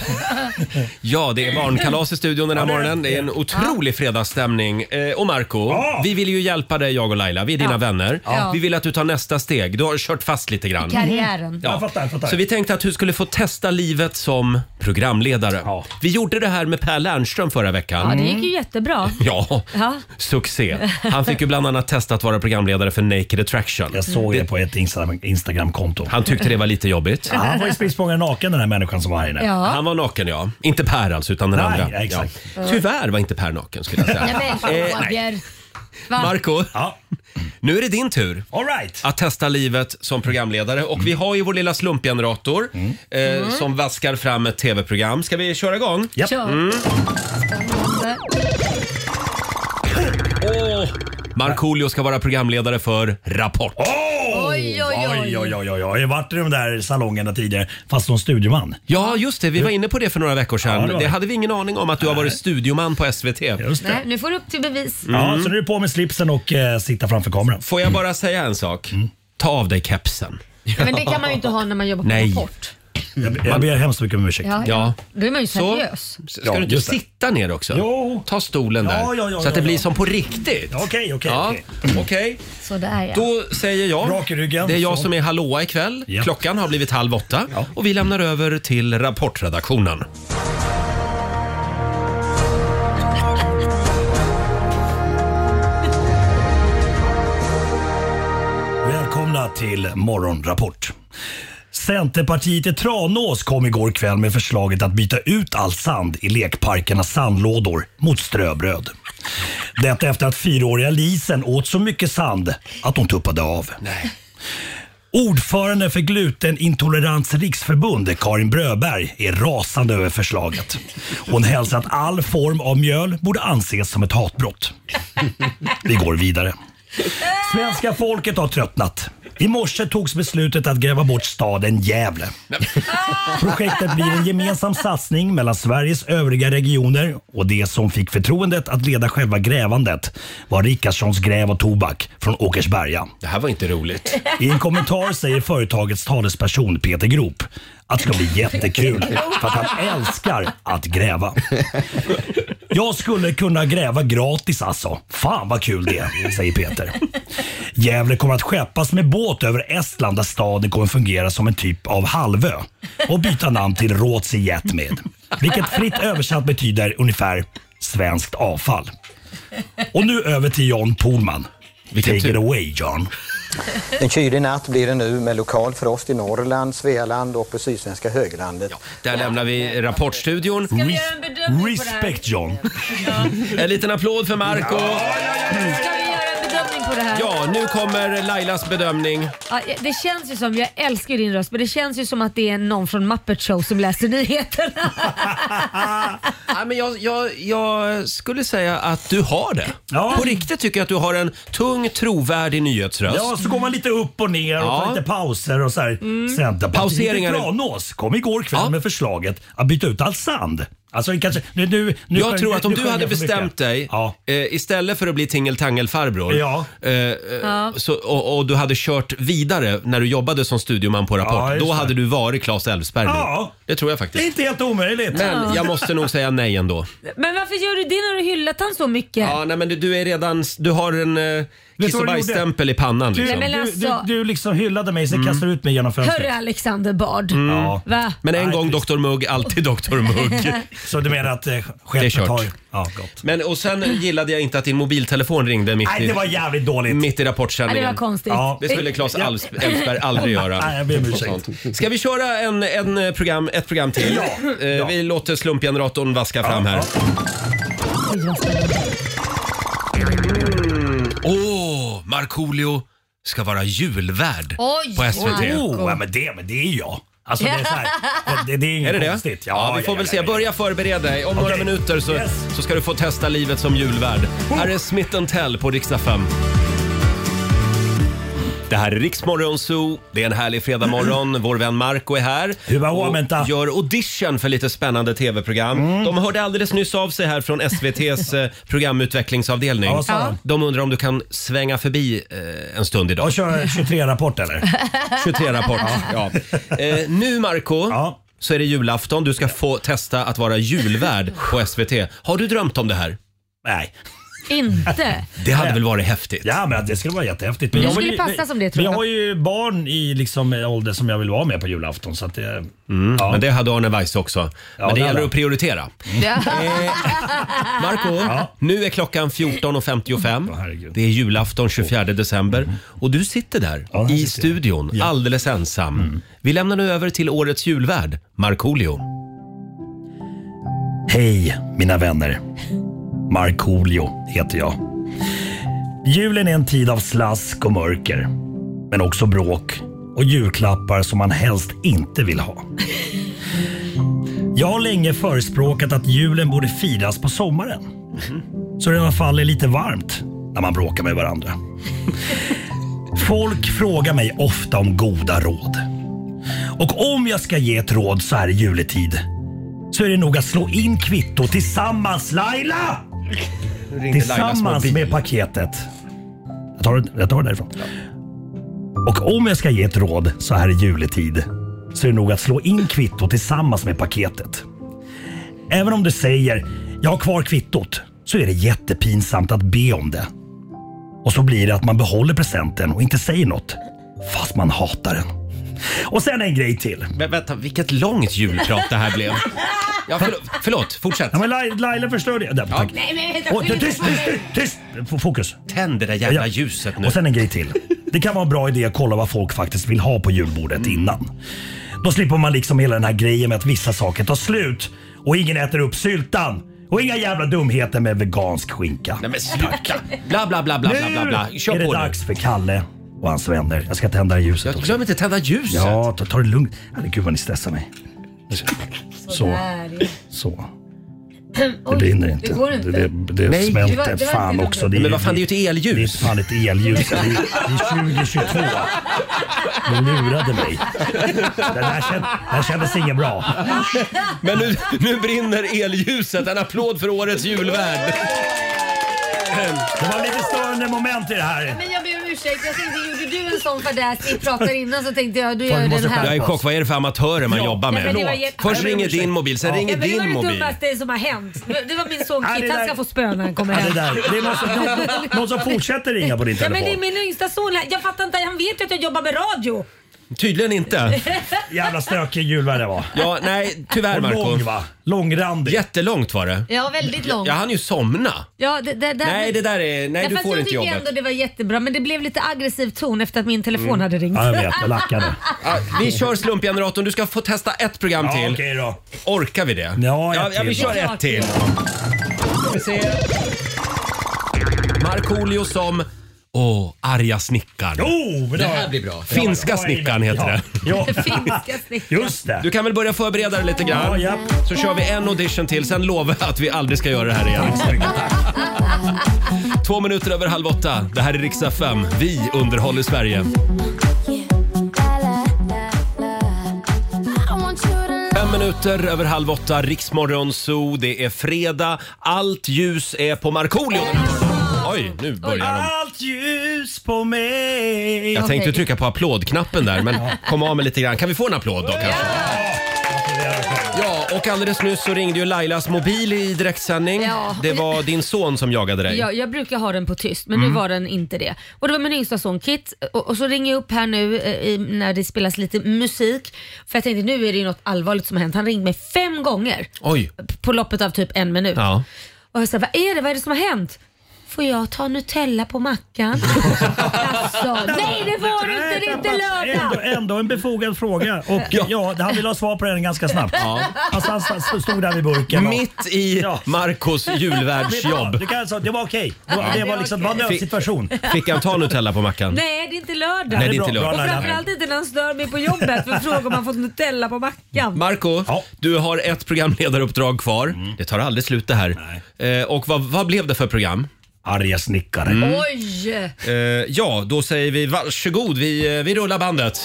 A: Ja, det är barnkalas i studion den här morgonen. Det är en otrolig fredagsstämning. Eh, Och Marco,
H: Ja.
A: vi vill ju hjälpa dig jag och Laila. Vi är dina vänner.
B: Ja.
A: Vi vill att du tar nästa steg. Du har kört fast lite grann.
B: Karriären.
A: Ja.
H: Jag fattar, jag fattar.
A: Så vi tänkte att du skulle få testa livet som programledare.
H: Ja.
A: Vi gjorde det här med Per Lernström förra veckan.
B: Ja, det gick ju jättebra.
A: Ja,
B: Ja.
A: succé. Han fick ju bland annat testa att vara programledare för Naked Attraction.
H: Jag såg det på ett Instagram- Instagramkonto.
A: Mm. Han tyckte det var lite jobbigt.
H: Ja, Han var ju spritt språngande naken den här människan som var här inne.
B: Ja.
A: Han var naken ja. Inte Per alltså, utan den
H: Nej,
A: andra.
H: exakt.
A: Ja. Tyvärr var inte Per naken skulle jag säga.
B: Nej, men
A: Eh,
B: Roger. Va?
A: Marco,
H: Ja,
A: nu är det din tur
H: all right.
A: att testa livet som programledare. Och vi har ju vår lilla slumpgenerator
H: Mm.
A: eh, som vaskar fram ett tv-program. Ska vi köra igång?
H: Japp.
B: Kör. Spännande.
A: Åh! Markoolio ska vara programledare för Rapport.
H: Oh!
B: Oj, oj, oj.
H: oj, oj, oj, oj. Jag har varit i de där salongerna tidigare fast som studioman.
A: Ja, just det. Vi var inne på det för några veckor sedan.
H: Ja, det
A: det,
H: var det.
A: hade vi ingen aning om att du har varit studioman på SVT.
H: Just det.
B: Nej, nu får du upp till bevis.
A: Mm.
H: Ja, så nu är det på med slipsen och eh, sitta framför kameran.
A: Får jag bara säga en sak?
H: Mm.
A: Ta av dig kepsen.
B: Men det kan man ju inte ha när man jobbar på
A: Nej.
B: Rapport.
H: Jag, jag ber hemskt mycket om ursäkt.
B: Ja,
A: Ja.
B: Då är man ju
A: Så
B: seriös.
A: ska
H: Ja,
A: du inte
H: just det.
A: sitta ner också.
H: Jo.
A: Ta stolen där.
H: Ja, ja, ja,
A: så att det
H: ja,
A: blir
H: ja.
A: som på riktigt.
H: Okej, okej,
A: Ja,
H: okej.
A: okej.
B: Så där ja.
A: Då säger jag.
H: Rak i ryggen,
A: det är jag
H: så.
A: som är hallåa ikväll.
H: Ja.
A: Klockan har blivit halv åtta
H: Ja.
A: och vi lämnar över till Rapportredaktionen.
H: Välkomna till Morgonrapport. Centerpartiet i Tranås kom igår kväll med förslaget att byta ut all sand i lekparkernas sandlådor mot ströbröd. Detta efter att fyraåriga Lisen åt så mycket sand att hon tuppade av. Ordförande för Glutenintolerans riksförbund, Karin Bröberg, är rasande över förslaget. Hon hälsar att all form av mjöl borde anses som ett hatbrott. Vi går vidare. Svenska folket har tröttnat. I morse togs beslutet att gräva bort staden Gävle. Projektet blir en gemensam satsning mellan Sveriges övriga regioner och det som fick förtroendet att leda själva grävandet var Rickardssons Gräv och Tobak från Åkersberga.
A: Det här var inte roligt.
H: I en kommentar säger företagets talesperson Peter Grop att det ska bli jättekul för att han älskar att gräva. Jag skulle kunna gräva gratis alltså. Fan vad kul det säger Peter. Gävle kommer att skeppas med båt över Estland där staden kommer fungera som en typ av halvö och byta namn till Råtsijet med. Vilket fritt översatt betyder ungefär svenskt avfall. Och nu över till John Pohlman. Take it away John.
J: En kylig natt blir det nu med lokal frost i Norrland, Svealand och på sydsvenska höglandet.
A: Där lämnar vi Rapportstudion.
B: Ska vi göra en bedömning på det här?
H: Respect John.
A: En liten applåd för Marco
B: Ska vi göra en bedömning på det här?
A: Ja, nu kommer Lailas bedömning.
B: Ja, det känns ju som, jag älskar ju din röst, men det känns ju som att det är någon från Muppet Show som läser nyheterna.
A: Ja, men jag, jag, jag skulle säga att du har det.
H: Ja.
A: På riktigt tycker jag att du har en tung, trovärdig nyhetsröst.
H: Ja, så går man lite upp och ner och
A: Ja.
H: tar lite pauser och så här.
B: Mm.
H: Centerpartiet i
A: Pauseringar.
H: Tranås kom igår kväll
A: Ja.
H: med förslaget att byta ut all sand. Alltså det kanske, nu, nu, nu
A: Jag
H: sjöng-
A: tror att om
H: nu
A: du
H: sjöng
A: hade
H: jag för mycket.
A: bestämt dig,
H: Ja.
A: eh, istället för att bli tingeltangelfarbror
H: Ja.
A: eh, eh, så, och, och du hade kört vidare när du jobbade som studioman på Rapport,
H: Ja, just
A: då
H: det.
A: hade du varit Claes Elfsberg nu.
H: Ja.
A: Det tror jag
H: Det är
A: faktiskt.
H: inte helt omöjligt.
A: Men jag måste nog säga nej ändå.
B: men varför gör du det när du hyllat han så mycket?
A: Ja, nej, men du, du är redan, du har en eh,
H: du
A: kiss och
H: vad du
A: bajsstämpel i pannan
H: Du,
A: liksom.
B: Nej, men
H: du, du,
B: alltså-
H: du liksom hyllade mig,
A: Mm.
H: sen kastade du ut mig genom
B: Hörru
H: fönstret.
B: Alexander Bard.
H: Ja.
B: Va?
A: Men en
H: Nej,
A: gång
H: precis.
A: Dr Mugg, alltid Dr
B: Mm.
A: Mugg.
H: Så du menar att eh,
A: Det är
H: skeppet
A: kört.
H: har... Ja, gott.
A: Men och sen gillade jag inte att din mobiltelefon ringde mitt
H: Nej,
A: i,
H: det var jävligt dåligt.
A: mitt i
B: Ja, det var
A: Rapportsändningen.
B: konstigt.
H: Ja.
A: Det skulle Claes Alfs- Elfsberg aldrig göra.
H: Nej, jag ber om ursäkt.
A: Sånt. Ska vi köra en, en eh, program, ett program till? Eh, Vi låter slumpgeneratorn vaska fram här. Åh, Markoolio ska vara julvärd
B: Oj,
A: på SVT.
H: Oh, ja, men, det, men det är jag. Alltså det är så här, det, det är
A: Är
H: inget
A: det det?
H: konstigt.
A: Ja, vi får väl se. Börja förbereda dig. Om några minuter så,
H: Yes.
A: så ska du få testa livet som julvärd. Här är Smith Tell på riksdag 5. Det här är Riksmorgon Zoo. Det är en härlig fredagmorgon. Vår vän Marco är här.
H: Hyvä huomenta.
A: och gör audition för lite spännande tv-program. De hörde alldeles nyss av sig här från SVTs eh, programutvecklingsavdelning.
H: Ja, vad sa de?
A: de undrar om du kan svänga förbi eh, en stund idag.
H: Och kör 23-rapport eller?
A: 23-rapport. Ja. Eh, nu Marco
H: Ja.
A: så är det julafton. Du ska få testa att vara julvärd på SVT. Har du drömt om det här?
H: Nej.
B: Inte?
A: Det hade väl varit häftigt?
H: Ja, men det skulle vara jättehäftigt. Men
B: Du
H: vill
B: skulle
H: ju-
B: passa som det, tror
H: men
B: jag.
H: har ju barn i liksom eh, ålder som jag vill vara med på julafton. Så att det, ja.
A: Mm. Men det hade Arne Weise också.
H: det
A: Men det
H: hade
A: gäller
H: han.
A: att prioritera. Eh, Marco, nu är klockan 14.55.
H: herregud. Mm.
A: Det är julafton 24 december. Och du sitter där
H: Ja, Mm. här
A: i
H: sitter jag.
A: studion alldeles ensam. Vi lämnar nu över till årets julvärd, Markoolio.
H: Hej mina vänner. Markoolio heter jag. Julen är en tid av slask och mörker. Men också bråk och julklappar som man helst inte vill ha. Jag har länge förespråkat att julen borde firas på sommaren. Så det i alla fall är lite varmt när man bråkar med varandra. Folk frågar mig ofta om goda råd. Och om jag ska ge ett råd så här i juletid så är det nog att slå in kvitto tillsammans Laila! Tillsammans med paketet. Jag tar, jag tar det därifrån. Och om jag ska ge ett råd så här i juletid så är det nog att slå in kvitto tillsammans med paketet. Även om du säger “jag har kvar kvittot” så är det jättepinsamt att be om det. Och så blir det att man behåller presenten och inte säger något. Fast man hatar den. Och sen en grej till.
A: Men vänta, vilket långt julprat det här blev. Ja, förlåt, förlåt fortsätt.
H: Ja, men Lai- Laila förstör det. Där, tack.
B: Nej, men vänta,
H: Åh,
B: skyll
H: tyst,
B: inte
H: tyst,
B: på mig.
H: tyst, tyst! F- Fokus.
A: Tänd det där jävla
H: Ja.
A: ljuset nu.
H: Och sen en grej till. Det kan vara en bra idé att kolla vad folk faktiskt vill ha på
A: Mm.
H: julbordet innan. Då slipper man liksom hela den här grejen med att vissa saker tar slut och ingen äter upp syltan. Och inga jävla dumheter med vegansk skinka.
A: Nej men sluta. Bla bla bla bla bla bla. bla. Kör
H: är det
A: på nu.
H: dags för Kalle och hans vänner. Jag ska tända ljuset
A: Jag
H: också.
A: glöm inte tända ljuset.
H: Ja, ta, ta det lugnt. Herregud vad ni stressar mig. Så,
B: Där, ja.
H: så. Det brinner inte.
B: Det går inte.
H: Det, det
B: Nej.
H: smälter
B: Det var- det var
H: fan
B: inte något
H: också.
B: bra. Men vad
A: fan, det är ju ett elljus.
H: Det är fan ett elljus. Det är, det är 2022. Du lurade mig. Den här, känd, den här kändes inget bra.
A: Men nu, nu brinner elljuset. En applåd för årets julvärd.
H: Det var lite störande moment i det här.
B: Men jag ber om ursäkt, jag tänkte gjorde du en sån fadäs vi pratade innan så tänkte jag du
H: Fan,
B: gör jag
H: vi måste
B: den
A: Jag är
B: här.
A: i chock. Vad är det för amatörer man jobbar
B: Nej, men det var
A: med?
B: jätte-
A: Först
B: Jag ber om
A: ringer
B: ursäkt.
A: din mobil, sen ringer
B: Ja, men
A: din
B: Det var det
A: mobil.
B: dummaste som har hänt. Det var min son
H: Ja, det
B: Kit, han
H: där-
B: ska få spö när han kommer
H: Ja,
B: hem.
H: det där. Det måste, någon, någon som fortsätter ringa på din
B: Ja, men det är
H: telefon.
B: min yngsta son här. Jag fattar inte, han vet ju att jag jobbar med radio.
A: Tydligen inte.
H: Jävla stökig julvärd det var.
A: Ja, nej, tyvärr
H: Och lång
A: Marco.
H: va? Långrandig.
A: Jättelångt var det.
B: Ja, väldigt långt.
A: Jag hann ju somna.
B: Ja, det, det, där-
A: Nej, det där är... Nej,
B: Ja,
A: du
B: fast
A: får
B: jag
A: inte
B: tycker
A: jobbet. Mm.
B: ändå det var jättebra men det blev lite aggressiv ton efter att min telefon hade ringt.
H: Ja, jag vet. Jag lackade.
A: Ja, vi kör slumpgeneratorn. Du ska få testa ett program
H: Ja,
A: till.
H: okej då.
A: Orkar vi det?
H: Ja,
A: ja,
H: ett
A: vi
H: till.
A: kör ett till. Vi ser. Markoolio som... Åh, arga snickaren.
H: Oh, men det
A: här
H: var-
A: blir bra. Finska snickaren heter det.
H: ja. det.
B: Finska snickaren.
H: Just det.
A: Du kan väl börja förbereda dig lite grann?
H: Ja, japp.
A: Så kör vi en audition till, sen lovar jag att vi aldrig ska göra det här igen. Två minuter över halv åtta. Det här är riksdag 5. Vi underhåller Sverige. Fem minuter över halv åtta, Riksmorgon Zoo. Det är fredag. Allt ljus är på Markoolio. Oj, nu börjar de.
H: Allt ljus på mig.
A: Jag tänkte trycka på applådknappen där, men kom av med lite grann. Kan vi få en applåd då kanske? Ja, och alldeles nyss så ringde ju Lailas mobil i direktsändning.
B: Ja.
A: Det var din son som jagade dig.
B: Jag, jag brukar ha den på tyst men
A: Mm.
B: nu var den inte det. Och det var min yngsta son Kit och, och så ringer jag upp här nu eh, i, när det spelas lite musik. För jag tänkte nu är det ju något allvarligt som har hänt. Han ringde mig fem gånger
A: Oj.
B: på loppet av typ en minut.
A: Ja.
B: Och jag sa, vad är det? Vad är det som har hänt? Får jag ta Nutella på mackan? alltså, nej det får du inte, det är inte
H: Ändå,
B: lördag!
H: ändå en befogad fråga. Och
A: Ja.
H: ja. han ville ha svar på den ganska snabbt. Alltså, han st- stod där vid burken. och-
A: Mitt i
H: Ja.
A: Marcos
H: Det var-
A: julvärdsjobb.
H: Det, kan, alltså, det var okej. Det var, det var, liksom, det var en nödsituation.
A: Fick han ta Nutella på mackan?
B: Nej det är inte lördag.
A: Nej, det är
H: bra,
A: inte lugnt.
H: bra,
B: Och
H: Laila.
B: framförallt inte när han stör mig på jobbet för frågar om han fått Nutella på mackan.
A: Marco,
H: Ja. Mm.
A: du har ett programledaruppdrag kvar. Det tar aldrig slut det här. Eh, och vad, vad blev det för program?
H: Arga snickare.
A: Mm.
B: Oj!
A: Eh, ja, då säger vi varsågod. Vi, eh, vi rullar bandet.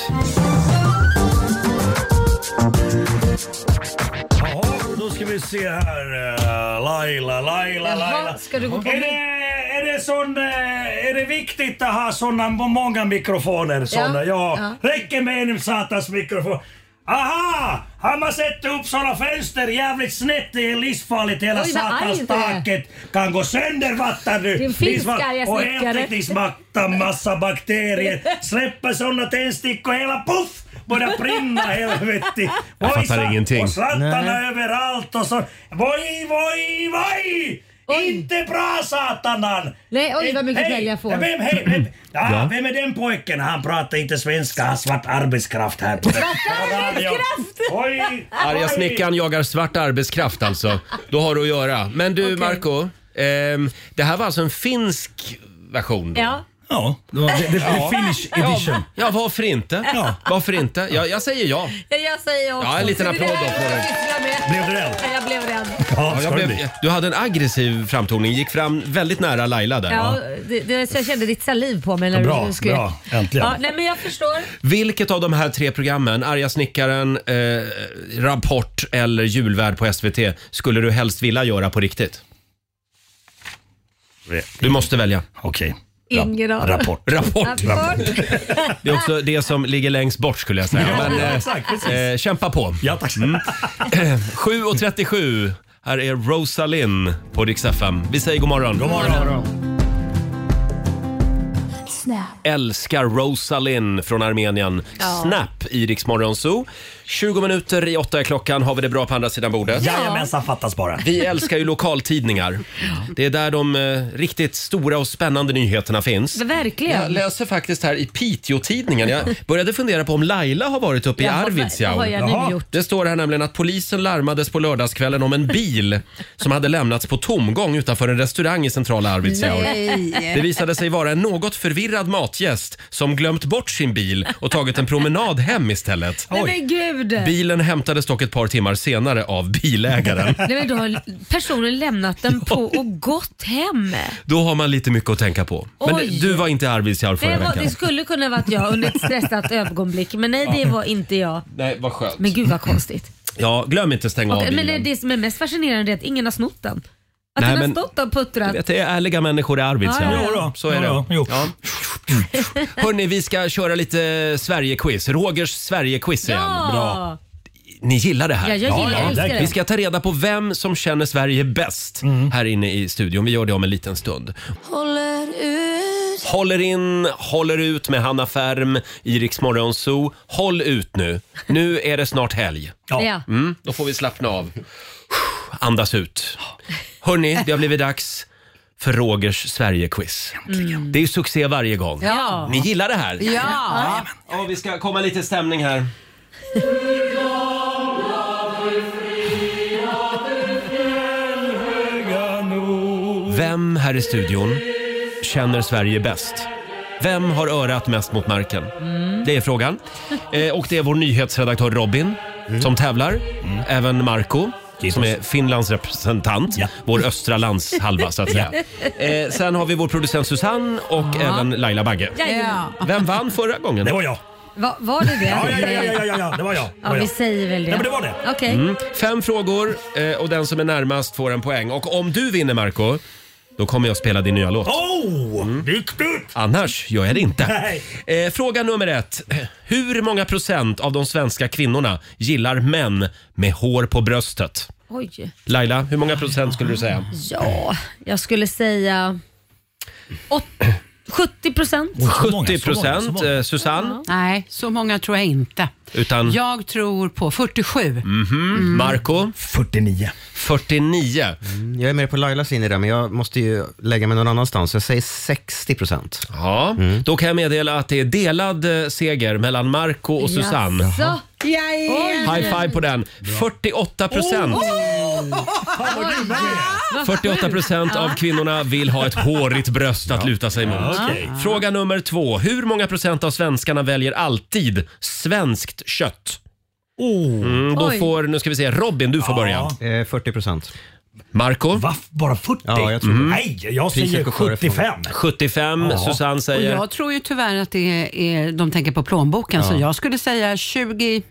H: Jaha, då ska vi se här. eh, Laila, Laila,
B: Jaha,
H: Laila.
B: ska du gå på
H: är,
B: min-
H: det, är, det sån, eh, är det viktigt att ha såna många mikrofoner? Såna, ja. Räcker med en satas mikrofon? Aha! Har man sett upp såna fönster jävligt snett? Det är livsfarligt. Hela
B: Oj, vad arg
H: satans
B: du är.
H: taket kan gå sönder vattar du.
B: Din finska
H: Livsfar-
B: arga
H: Och
B: snickare.
H: heltäckningsmatta, massa bakterier. Släpper såna tändstickor hela puff! Börjar brinna helvete.
A: Jag fattar
H: Oj, sa-
A: ingenting.
H: Och slattarna överallt och så... Voj, voj, voj!
B: Oj.
H: Inte bra satanan!
B: Nej, oj, vad mycket
H: Hej,
B: skäll jag får.
H: Vem, hej, vem, ja, vem är den pojken? Han pratar inte svenska, han har svart arbetskraft här. Svart
B: arbetskraft?
H: Oj!
A: Arga
H: oj.
A: snickaren jagar svart arbetskraft alltså. Då har du att göra. Men du Marco, ehm, det här var alltså en finsk version? då?
B: Ja.
H: Ja, det var det, det, det finish edition.
A: Ja, varför inte? Varför inte? Ja, jag säger ja.
B: Ja, jag säger också.
A: Ja, en liten
B: Det
A: applåd
B: där
A: då på
B: är
A: dig.
B: jag sysslar med.
H: Blev du rädd?
B: Ja, jag blev rädd.
H: Ja,
A: Ja,
H: ska
A: jag
H: det
A: blev,
H: bli.
A: du hade en aggressiv framtoning, gick fram väldigt nära Laila där.
B: Ja, det, det, så jag kände ditt saliv på mig när
H: Bra,
B: du skrek.
H: bra. Äntligen.
B: Ja, nej, men jag förstår.
A: Vilket av de här tre programmen, Arga snickaren, eh, Rapport eller Julvärd på SVT, skulle du helst vilja göra på riktigt? Du måste välja.
H: Okej.
B: Ingen aning.
H: Rapport.
A: Rapport.
B: Rapport.
A: Det är också det som ligger längst bort skulle jag säga. Men, eh,
H: Exakt, precis.
A: eh, kämpa på.
H: Ja, tack så mycket.
A: 7.37. Här är Rosalind på Rix FM. Vi säger god morgon. God
H: morgon.
A: Älskar Rosalind från Armenien. Snap i Rix Morgon Zoo. 20 minuter i åtta är klockan. Har vi det bra på andra sidan bordet?
H: Jajamensan, fattas bara.
A: Vi älskar ju lokaltidningar. Det är där de eh, riktigt stora och spännande nyheterna finns. Jag
B: Verkligen.
A: läser faktiskt här i Piteå-tidningen. Jag började fundera på om Laila har varit uppe i
B: Jaha,
A: Arvidsjaur.
B: Vad har jag
H: Jaha.
B: nu gjort?
A: Det står här nämligen att polisen larmades på lördagskvällen om en bil som hade lämnats på tomgång utanför en restaurang i centrala Arvidsjaur. Det visade sig vara en något förvirrad matgäst som glömt bort sin bil och tagit en promenad hem istället.
B: Nej men gud. Herregud!
A: Bilen hämtades dock ett par timmar senare av bilägaren.
B: Nej, men då har personen lämnat den på och gått hem.
A: Då har man lite mycket att tänka på. Men
B: Oj.
A: du var inte i Arvidsjaur
B: Det,
A: förra
B: var,
A: veckan.
B: det skulle kunna varit jag under ett stressat ögonblick, men nej det
A: Ja.
B: var inte jag.
A: Nej, vad skönt.
B: Men gud vad konstigt.
A: Ja, glöm inte stänga
B: Och,
A: av
B: men det,
A: bilen.
B: det som är mest fascinerande är att ingen har snott den. Att
A: Nej,
B: den har
A: men-
B: stått där och puttrat.
A: Du vet, det är ärliga människor i Arvidsjaur.
B: Ja, ja. Jo då.
A: Så är det. Ja. Hörni, vi ska köra lite Sverige-quiz. Rogers Sverige-quiz igen.
B: Ja.
A: Ni gillar det här?
B: Ja, jag gillar det. Jag älskar det.
A: Vi ska ta reda på vem som känner Sverige bäst här inne i studion. Vi gör det om en liten stund.
G: Håller ut.
A: Håller in, håller ut med Hanna Färm i Rix Morgon Zoo. Håll ut nu. Nu är det snart helg.
B: Ja. Ja.
A: Mm, då får vi slappna av. Andas ut. Hörni, det har blivit dags för Rogers Sverige-quiz.
B: Mm.
A: Det är ju succé varje gång.
B: Ja.
A: Ni gillar det här?
B: Ja.
A: Och vi ska komma lite stämning här. Vem här i studion känner Sverige bäst? Vem har örat mest mot marken? Det är frågan. Eh, och det är vår nyhetsredaktör Robin som tävlar. Även Marco som är Finlands representant. Vår östra landshalva så att säga. Eh, sen har vi vår producent Susanne och även Laila Bagge.
B: Ja.
A: Vem vann förra gången? Det var jag.
B: Va, var det det?
A: Ja, ja, ja, ja, ja, ja,
B: det
A: var jag.
B: Ja,
A: var
B: vi
A: jag.
B: säger väl det.
A: Ja, men det var det.
B: Okej.
A: Mm. Fem frågor eh, och den som är närmast får en poäng. Och om du vinner Marco då kommer jag spela din nya låt.
H: Oh,
E: Mm.
A: Viktigt! Annars gör jag det inte. Eh, fråga nummer ett. Hur många procent av de svenska kvinnorna gillar män med hår på bröstet?
B: Oj.
A: Laila, hur många procent skulle du säga?
B: Ja, jag skulle säga åt- 70 procent.
A: 70 procent. Eh, Susanne?
F: Nej, så många tror jag inte.
A: Utan?
F: Jag tror på 47.
A: Mhm.
F: Mm.
A: Marco?
E: 49.
A: 49.
E: Jag är med på Lailas linje där, men jag måste ju lägga mig någon annanstans. Jag säger 60 procent.
A: Ja, då kan jag meddela att det är delad eh, seger mellan Marco och Susanne.
B: Jaså? Oj.
A: High five på den. 48 procent.
B: Vad
A: 48 procent
B: sjukt.
A: av kvinnorna vill ha ett hårigt bröst att luta sig mot.
B: Ja, okej.
A: Fråga nummer två. Hur många procent av svenskarna väljer alltid svenskt kött?
H: Oh,
A: Mm, då
E: Oj.
A: får, nu ska vi se, Robin du får börja.
E: 40 Eh, procent.
A: Marco?
H: Bara 40?
E: Ja, jag tror det.
H: Nej, jag säger 75.
A: 75,
H: Ja.
A: Susanne
F: Och
A: säger.
F: jag tror ju tyvärr att det är, är, de tänker på plånboken,
A: Ja.
F: så jag skulle säga 29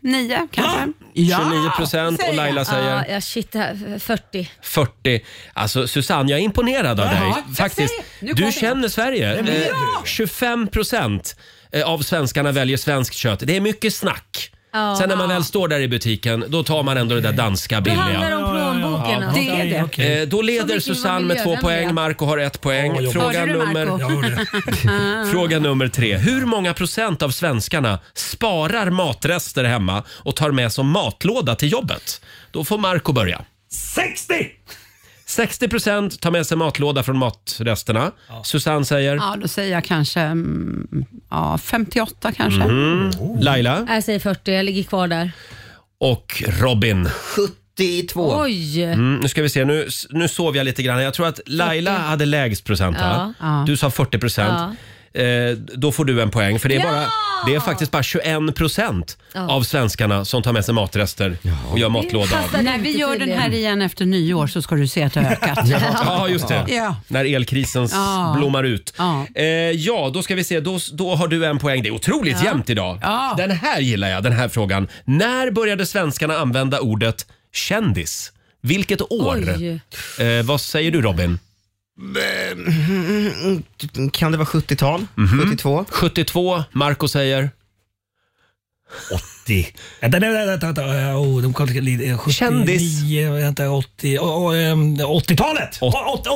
F: kanske.
A: 29 procent och Laila säger
B: Ja, jag shit, det här- 40.
A: 40. Alltså Susanne, jag är imponerad av
B: Ja,
A: dig.
B: jag
A: Faktiskt.
B: Nu
A: Du
B: kommer
A: känner Sverige.
B: Nej, men-
A: Eh, 25 procent eh, av svenskarna väljer svenskt kött. Det är mycket snack.
B: Ja.
A: Sen när man väl står där i butiken, då tar man ändå det där danska billiga.
B: handlar det om plånboken, Ja, ja, ja. alltså. Det är det.
A: Eh, Då
B: Så
A: leder
B: mycket
A: Susanne
B: var
A: med två
B: miljövänliga.
A: poäng, Marco har ett poäng.
B: Ja, jag
A: fråga,
B: hörde. Hörde du,
A: nummer,
B: Marco? Jag Mm.
A: fråga nummer tre. Hur många procent av svenskarna sparar matrester hemma och tar med som matlåda till jobbet? Då får Marco börja.
H: 60!
A: 60 procent tar med sig matlåda från matresterna. Susanne säger?
F: Ja, då säger jag kanske mm, ja, 58 kanske.
A: Mhm. Laila
B: Jag säger 40, jag ligger kvar där.
A: och Robin.
E: 72.
B: Oj!
A: Mm, nu ska vi se, nu, nu sov jag lite grann. Jag tror att Laila hade lägst procent. va?
B: Ja. Ja.
A: Du sa 40 procent. Eh, då får du en poäng för det är, bara, det är faktiskt bara 21 procent
F: Ja.
A: av svenskarna som tar med sig matrester och gör matlåda av.
F: När vi gör den här igen efter nyår så ska du se att det har ökat.
A: Ja, just det.
F: Ja.
A: När elkrisen
F: Ja.
A: blommar ut.
F: Ja.
A: Eh, ja, då ska vi se. Då, då har du en poäng. Det är otroligt
F: Ja.
A: jämnt idag. Den här gillar jag, den här frågan. När började svenskarna använda ordet kändis? Vilket år?
E: Oj.
A: Eh, vad säger du Robin?
E: Mm, Kan det vara 70-tal? 72?
A: 72. Marco säger?
H: 80. Vänta, nej, vänta, vänta, vänta. Oh, de kom till lite- 79,
A: Kändis.
H: Vänta, 80. Oh, oh, ehm, 80-talet!
A: Åt-
H: Oh, 80,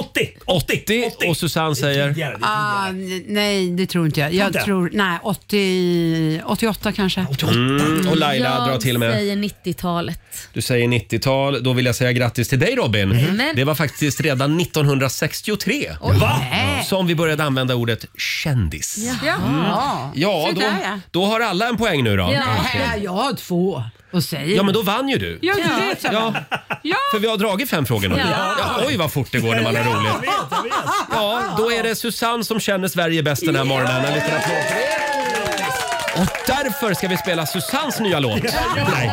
H: 80,
A: 80. Och Susanne säger?
F: Ah, n- nej, det tror inte jag. Jag
A: Inte?
F: tror, nej, 80, 88 kanske.
A: Mm, och Laila
B: jag
A: drar till med.
B: säger 90-talet.
A: Du säger 90-tal. Då vill jag säga grattis till dig Robin.
F: Mm.
A: Mm.
B: Mhm.
A: Det var faktiskt redan 1963 som vi började använda ordet kändis.
B: Mm.
F: Jaha.
A: Ja,
F: Så
A: då,
F: där, ja.
A: då har alla en poäng nu då.
F: Nej, jag har två. Vad säger
A: Ja,
F: du?
A: men då vann ju du.
F: Ja, det vet jag.
A: Ja. För vi har dragit fem frågor nu.
F: Ja.
A: Ja, oj, vad fort det går när man har roligt. Ja, då är det Susanne som känner Sverige bäst den här morgonen. En liten applåd för det. Och därför ska vi spela Susans nya låt. Nej,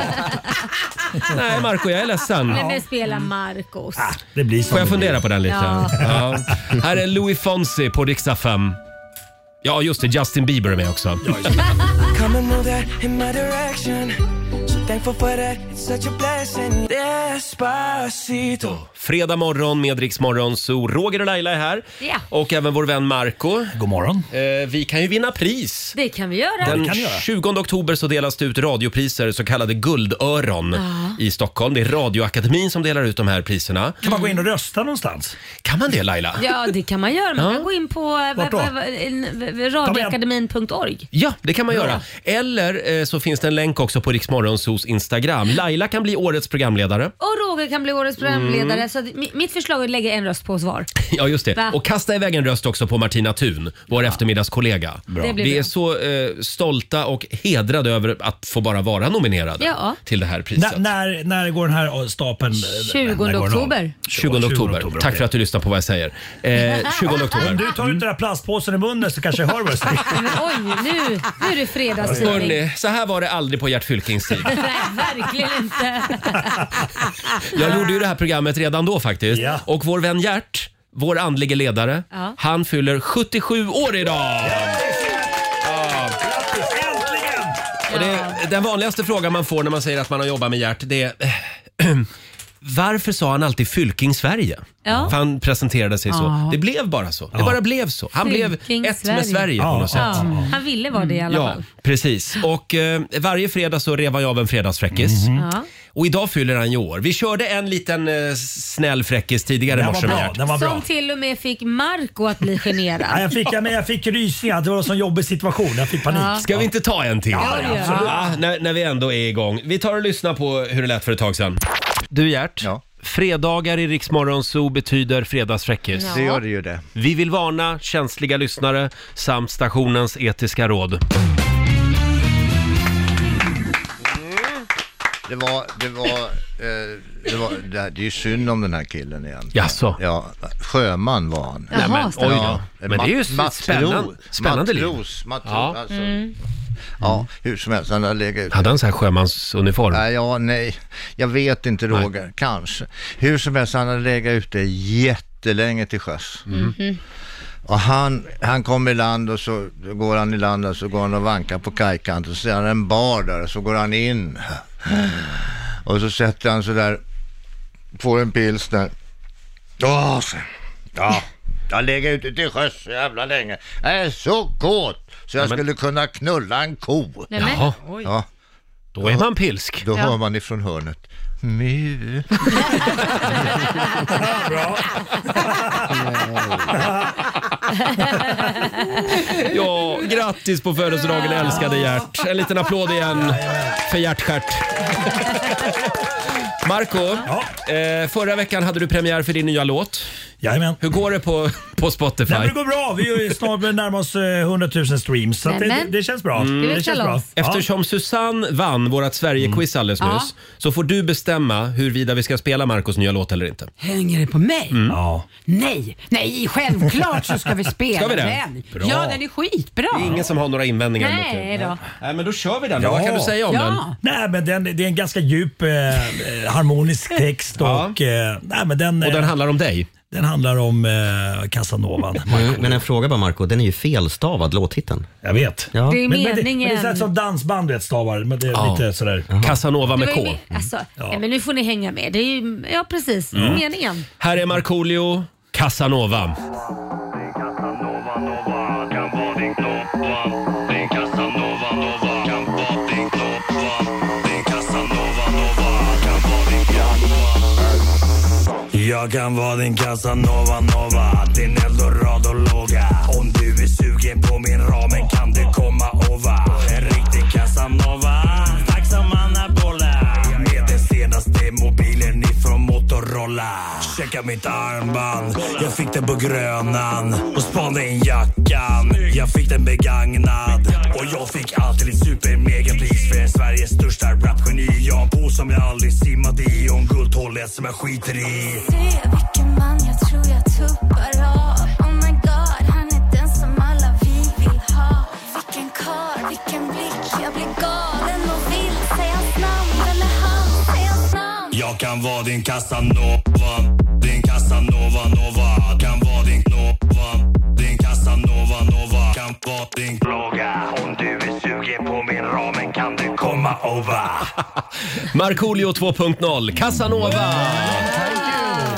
A: Nej Marco, jag är ledsen.
B: Nej, men spela Marcos.
A: Det blir Får jag
B: det
A: fundera
B: blir.
A: på den lite?
B: Ja.
A: Ja. Här är Louis Fonsi på riksdag 5. Ja, just det. Justin Bieber är med också.
K: Come and move that in my direction. So thankful for that. It's such a blessing. Despacito.
A: Fredag morgon med Rix Morgon, så Roger och Laila är här.
B: Ja.
A: Och även vår vän Marco. God morgon. Eh, vi kan ju vinna pris.
B: Det kan vi göra.
A: Den 20 oktober så delas det ut radiopriser, så kallade guldöron
B: Ja.
A: i Stockholm. Det är Radioakademin som delar ut de här priserna.
B: Kan man gå in
A: och rösta någonstans? Kan man det Laila?
B: Ja, det kan man göra. Man
A: Ja.
B: kan gå in på eh,
A: Vart då?
B: v- v- v- radioakademin.org.
A: Ja, det kan man
B: Ja.
A: göra. Eller eh, så finns det en länk också på Riksmorgonsos Instagram. Laila kan bli årets programledare.
B: Och Roger kan bli årets programledare.
A: Mm.
B: Så att, mi- mitt förslag är att lägga en röst på oss var.
A: Ja, just det.
B: Va?
A: Och kasta iväg en röst också på Martina Thun, vår eftermiddagskollega.
B: Bra. Det blir
A: Vi
B: bra.
A: är så eh, stolta och hedrade över att få bara vara nominerade
B: Ja.
A: till det här priset.
H: N- när, när går den här eh, stapeln?
B: 20
H: när går den av?
B: oktober.
A: 20 oktober. Tack för att du lyssnar på vad jag säger. Eh, 20 oktober.
H: Om du tar ut den här plastpåsen i munnen så kanske jag hör vad du säger.
B: Nej, Men oj, nu, nu är det fredagstidning.
A: Hörrni, så här var det aldrig på Gert Fylkings tid.
B: Nej, verkligen inte.
A: Jag gjorde ju det här programmet redan då faktiskt. Och vår vän Gert, vår andlige ledare,
B: Ja.
A: han fyller 77 år idag! Ja. Och det, den vanligaste frågan man får när man säger att man har jobbat med Gert, det är varför sa han alltid Fylking Sverige?
B: Ja.
A: För han presenterade sig så.
B: Ja.
A: Det blev bara så. Det bara blev så. Han
B: Fylking
A: blev ett med Sverige på något
B: Ja,
A: sätt.
B: Han ville vara det i alla
A: Ja,
B: fall.
A: precis. Och eh, varje fredag så revar jag av en fredagsfräckis.
H: Mhm.
B: Ja.
A: Och idag fyller han ju år. Vi körde en liten eh, snäll fräckis tidigare i
H: Den var
A: morse med
H: bra,
A: Gert.
H: den var
B: Som till och med fick Marco att bli generad.
H: Nej, jag, fick, jag, men jag fick rysningar. Det var en sån jobbig situation. Jag fick panik.
B: Ja.
A: Ska vi inte ta en till?
H: Ja, det gör vi. Absolut.
A: Ah, när, när vi ändå är igång. Vi tar och lyssnar på hur det lät för ett tag sedan. Du Gert, fredagar i Riksmorgon Zoo betyder fredagsfräckis.
I: Det gör det ju det.
A: Vi vill varna känsliga lyssnare samt stationens etiska råd.
I: Det var, det var, eh, det var, det, här, det är ju synd om den här killen igen.
A: Jaså?
I: Ja, sjöman var han.
A: Nej, men, oj då. Men det är ju
I: Mat-
A: spännande-
I: matros,
A: spännande liv.
I: Matros, matros,
A: Ja.
I: alltså. Ja, hur som helst, han har legat ute.
A: Hade han så här sjömansuniform?
I: Nej, ja, nej. Jag vet inte Roger, kanske. Hur som helst, han hade legat ute jättelänge till sjöss. Och han, han kom i land och så går han i land och så går han och vankar på kajkanten. Så ser han en bar där och så går han in. Och så sätter han sig där, får en pilsner. Åh, så- ja. Jag lägger ute till sjöss så jävla länge. Jag är så kåt så jag skulle kunna knulla en ko.
C: Nej, men- Jaha. Oj.
I: Ja.
A: Då är man pilsk.
C: Ja.
I: Då hör man ifrån hörnet. Mu.
A: Ja, grattis på födelsedagen älskade Gert. En liten applåd igen för Gert-Gert. Marco, eh, förra veckan hade du premiär för din nya låt.
H: Jajamän.
A: Hur går det på, på Spotify?
H: Nej, men det går bra. Vi är ju snart vi närmar oss eh, 100 000 streams. Så att det, det,
A: Nämen.
H: det känns bra.
A: Mm.
H: Det känns bra. Ja.
A: Eftersom Susanne vann vårt Sverige-quiz alldeles
H: Ja.
A: nyss så får du bestämma huruvida vi ska spela Marcos nya låt eller inte.
F: Hänger det på mig?
A: Mm.
F: Nej, nej, självklart så ska vi spela
A: Ska vi det?
F: den.
A: Bra.
F: Ja, den är skitbra.
A: Det är ingen som har några invändningar mot det.
F: Nej då.
A: Nej, men då kör vi den. Vad kan du säga om den?
H: Nej, men den? Det är en ganska djup eh, eh, harmonisk text. Och, eh, nej, men den,
E: Och den
A: handlar om dig?
H: Den handlar om eh, Casanovan.
E: Men en fråga bara Marco, den är ju felstavad låttiteln.
H: Jag vet.
E: Ja.
B: Det är
H: men, men, det, men
B: meningen.
H: det är så här som dansband vet stavar. Men det är
A: Ja.
H: lite sådär.
A: Casanova
B: Det var ju me- alltså, nej, men nu får ni hänga med. Det är ju, ja precis,
A: Mm.
B: meningen.
A: Här är Markoolio, Casanova.
H: Jag kan vara din Casanova Nova, din eldorado-låga. Om du är sugen på min ramen kan du komma ova. En riktig Casanova, stark som anabola. Med den senaste mobilen ifrån Motorola. Checka mitt armband, jag fick den på Grönan. Och spanade in jackan, jag fick den begagnad. Och jag fick alltid ett super-megapris för Sveriges största rapgeni. Jag har en pool som jag aldrig simmat i och en guldtollet som jag skiter i.
G: Se vilken man jag tror jag tuppar av Oh my god, han är den som alla vi vill ha Vilken karl, vilken blick,
L: Jag kan vara din Casanova, din Casanova Nova. Kan vara din Nova, din Casanova Nova. Kan vara din plåga. Om du är sugen på min ramen kan du komma over.
A: Markoolio 2.0, Casanova!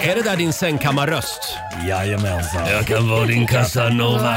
A: Är det där din sängkammarröst?
L: Jajamensan.
A: Jag kan vara din Casanova.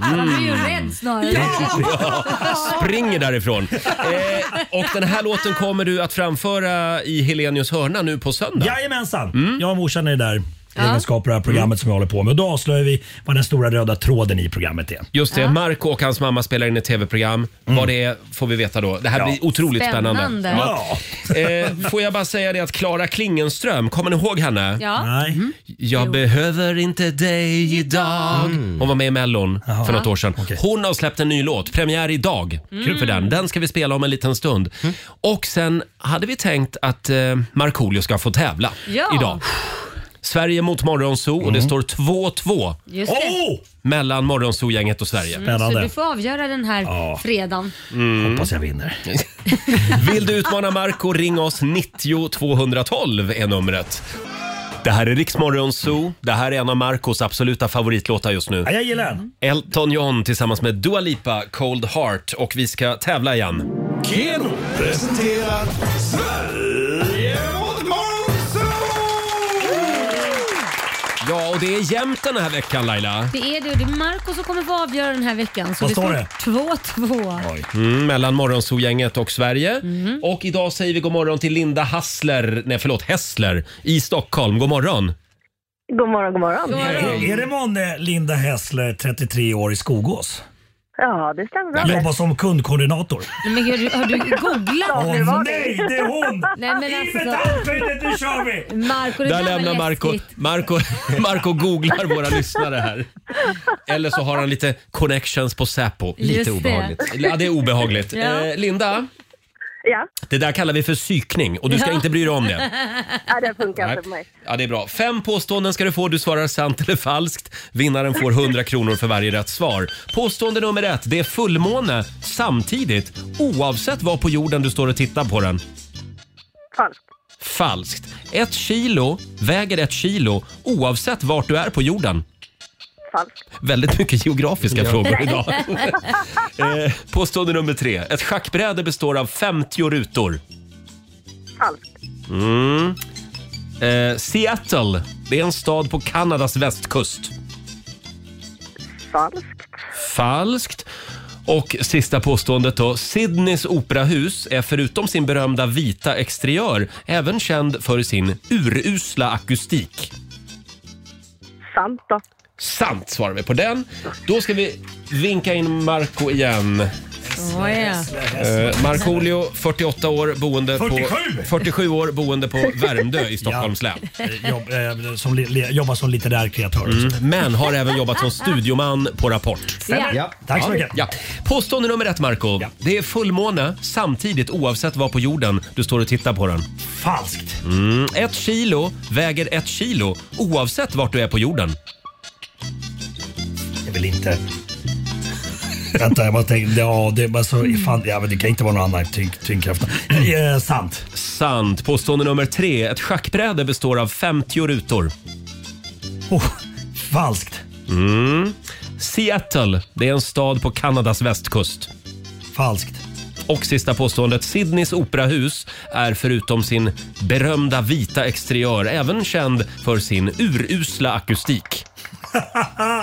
B: Han blir ju rädd snarare.
A: Ja, springer därifrån. Eh, och den här låten kommer du att framföra i Helenius hörna nu på söndag.
H: Jajamensan!
B: Mm.
H: Jag och morsan är där i egenskap av det här programmet som jag håller på med. Och då avslöjar vi vad den stora röda tråden i programmet är.
A: Just det, Marco och hans mamma spelar in ett tv-program. Vad det är får vi veta då. Det här
H: Ja.
A: blir otroligt spännande.
B: Mm. Spännande.
A: Eh, får jag bara säga det att Klara Klingenström, kommer ni ihåg henne?
B: Ja. Mm.
A: Nej. Jag behöver inte dig idag. Hon var med i Mellon för något
B: Ja.
A: år sedan. Hon har släppt en ny låt, premiär idag
B: Mm.
A: för den. Den ska vi spela om en liten stund. Och sen hade vi tänkt att eh, Markoolio ska få tävla
B: Ja. Mm.
A: idag. Sverige mot Morgonzoo och det står 2-2
B: Just det.
A: Oh! mellan Morgonzoo-gänget och Sverige.
B: Så Mm. du får avgöra den här
A: Ja.
B: fredagen.
A: Hoppas jag vinner.
B: Mm.
A: Vill du utmana Marco, ring oss. 90 212 är numret. Det här är Riksmorgon Zoo. Det här är en av Marcos absoluta favoritlåtar just nu.
H: Ja, jag gillar den.
A: Elton John tillsammans med Dua Lipa, Cold Heart. Och vi ska tävla igen.
C: Keno presenterar Sverige mot
A: Ja, och det är jämnt den här veckan Laila.
B: Det är du. Det är Marco som kommer få avgöra den här veckan. Så
A: Vad står det?
B: står 2-2.
A: Mm, mellan Morgonzoo-gänget och Sverige. Och idag säger vi god morgon till Linda Hassler, nej förlåt Hessler i Stockholm. God morgon!
D: God morgon, god morgon.
H: Är, är det månne Linda Hässler, 33 år, i Skogås?
D: Ja, det stämmer bra.
H: Jobbar som kundkoordinator.
B: Nej, Men gud, har du
H: Ja,
B: googlat?
H: det var det. Nej, det är hon!
B: Nej, men alltså.
H: Livet, helvete, nu kör vi!
B: Marco, det
A: Där
B: där,
A: lämnar
B: var
A: Marco,
B: läskigt.
A: Marco, Marco googlar våra lyssnare här. Eller så har han lite connections på Säpo.
C: Lite Just det. obehagligt.
A: Ja, det är obehagligt.
C: Ja.
A: Eh, Linda,
D: Ja.
A: det där kallar vi för psykning och du ska
D: Ja.
A: inte bry dig om det.
D: Ja, det funkar
A: Nej.
D: inte för mig.
A: Ja, det är bra. Fem påståenden ska du få. Du svarar sant eller falskt. Vinnaren får 100 kronor för varje rätt svar. Påstående nummer ett. Det är fullmåne samtidigt oavsett var på jorden du står och tittar på den.
D: Falskt.
A: Falskt. Ett kilo väger ett kilo oavsett vart du är på jorden.
D: Falskt.
A: Väldigt mycket geografiska frågor idag.
D: Falskt.
A: Eh, påstående nummer tre. Ett schackbräde består av 50 rutor. Mm. Eh, Seattle, det är en stad på Kanadas västkust.
D: Falskt.
A: Falskt. Och sista påståendet då. Sydneys operahus är förutom sin berömda vita exteriör även känd för sin urusla akustik.
D: Sant då.
A: Sant svarar vi på den. Då ska vi vinka in Marco igen.
B: Oh, ja.
A: Eh, Markoolio, 48 år, boende
H: 47!
A: på 47 år, boende på Värmdö i Stockholms län.
H: Eh, Jobb, eh, som, li- li- jobbar som litterär kreatör.
A: Mm. Men har även jobbat som studioman på Rapport.
H: Stämmer. Ja. Tack så mycket.
A: Ja. Påstående nummer ett, Marco. Det är fullmåne samtidigt oavsett var på jorden du står och tittar på den.
H: Falskt.
A: Mm. Ett kilo väger ett kilo oavsett vart du är på jorden.
H: Jag vill inte... Vänta, jag bara tänkte... Ja, det, alltså, fan, ja, men det kan inte vara någon annan tyng, tyngdkraft. Eh, sant.
A: Sant. Påstående nummer tre. Ett schackbräde består av 50 rutor.
H: Oh, falskt.
A: Mm. Seattle, det är en stad på Kanadas västkust.
H: Falskt.
A: Och sista påståendet. Sydneys operahus är förutom sin berömda vita exteriör även känd för sin urusla akustik.
H: Ah,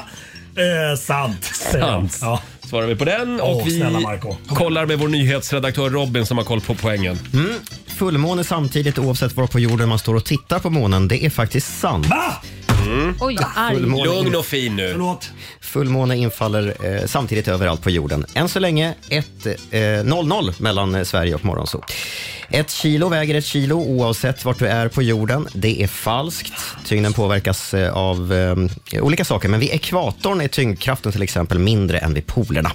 H: Eh, sant.
A: Sant. Svarar vi på den. Och
H: Åh,
A: vi
H: snälla Marco.
A: kollar med vår nyhetsredaktör Robin som har koll på poängen.
E: Mm. Fullmåne samtidigt oavsett var på jorden man står och tittar på månen, det är faktiskt sant.
A: Mm.
B: Oj, vad arg.
E: Fullmåne-
A: Lugn och fin nu.
E: Fullmåne infaller eh, samtidigt överallt på jorden. Än så länge 1-0-0 mellan eh, Sverige och Morgonzoo. Ett kilo väger ett kilo oavsett vart du är på jorden. Det är falskt. Tyngden påverkas eh, av eh, olika saker, men vid ekvatorn är tyngdkraften till exempel mindre än vid polerna.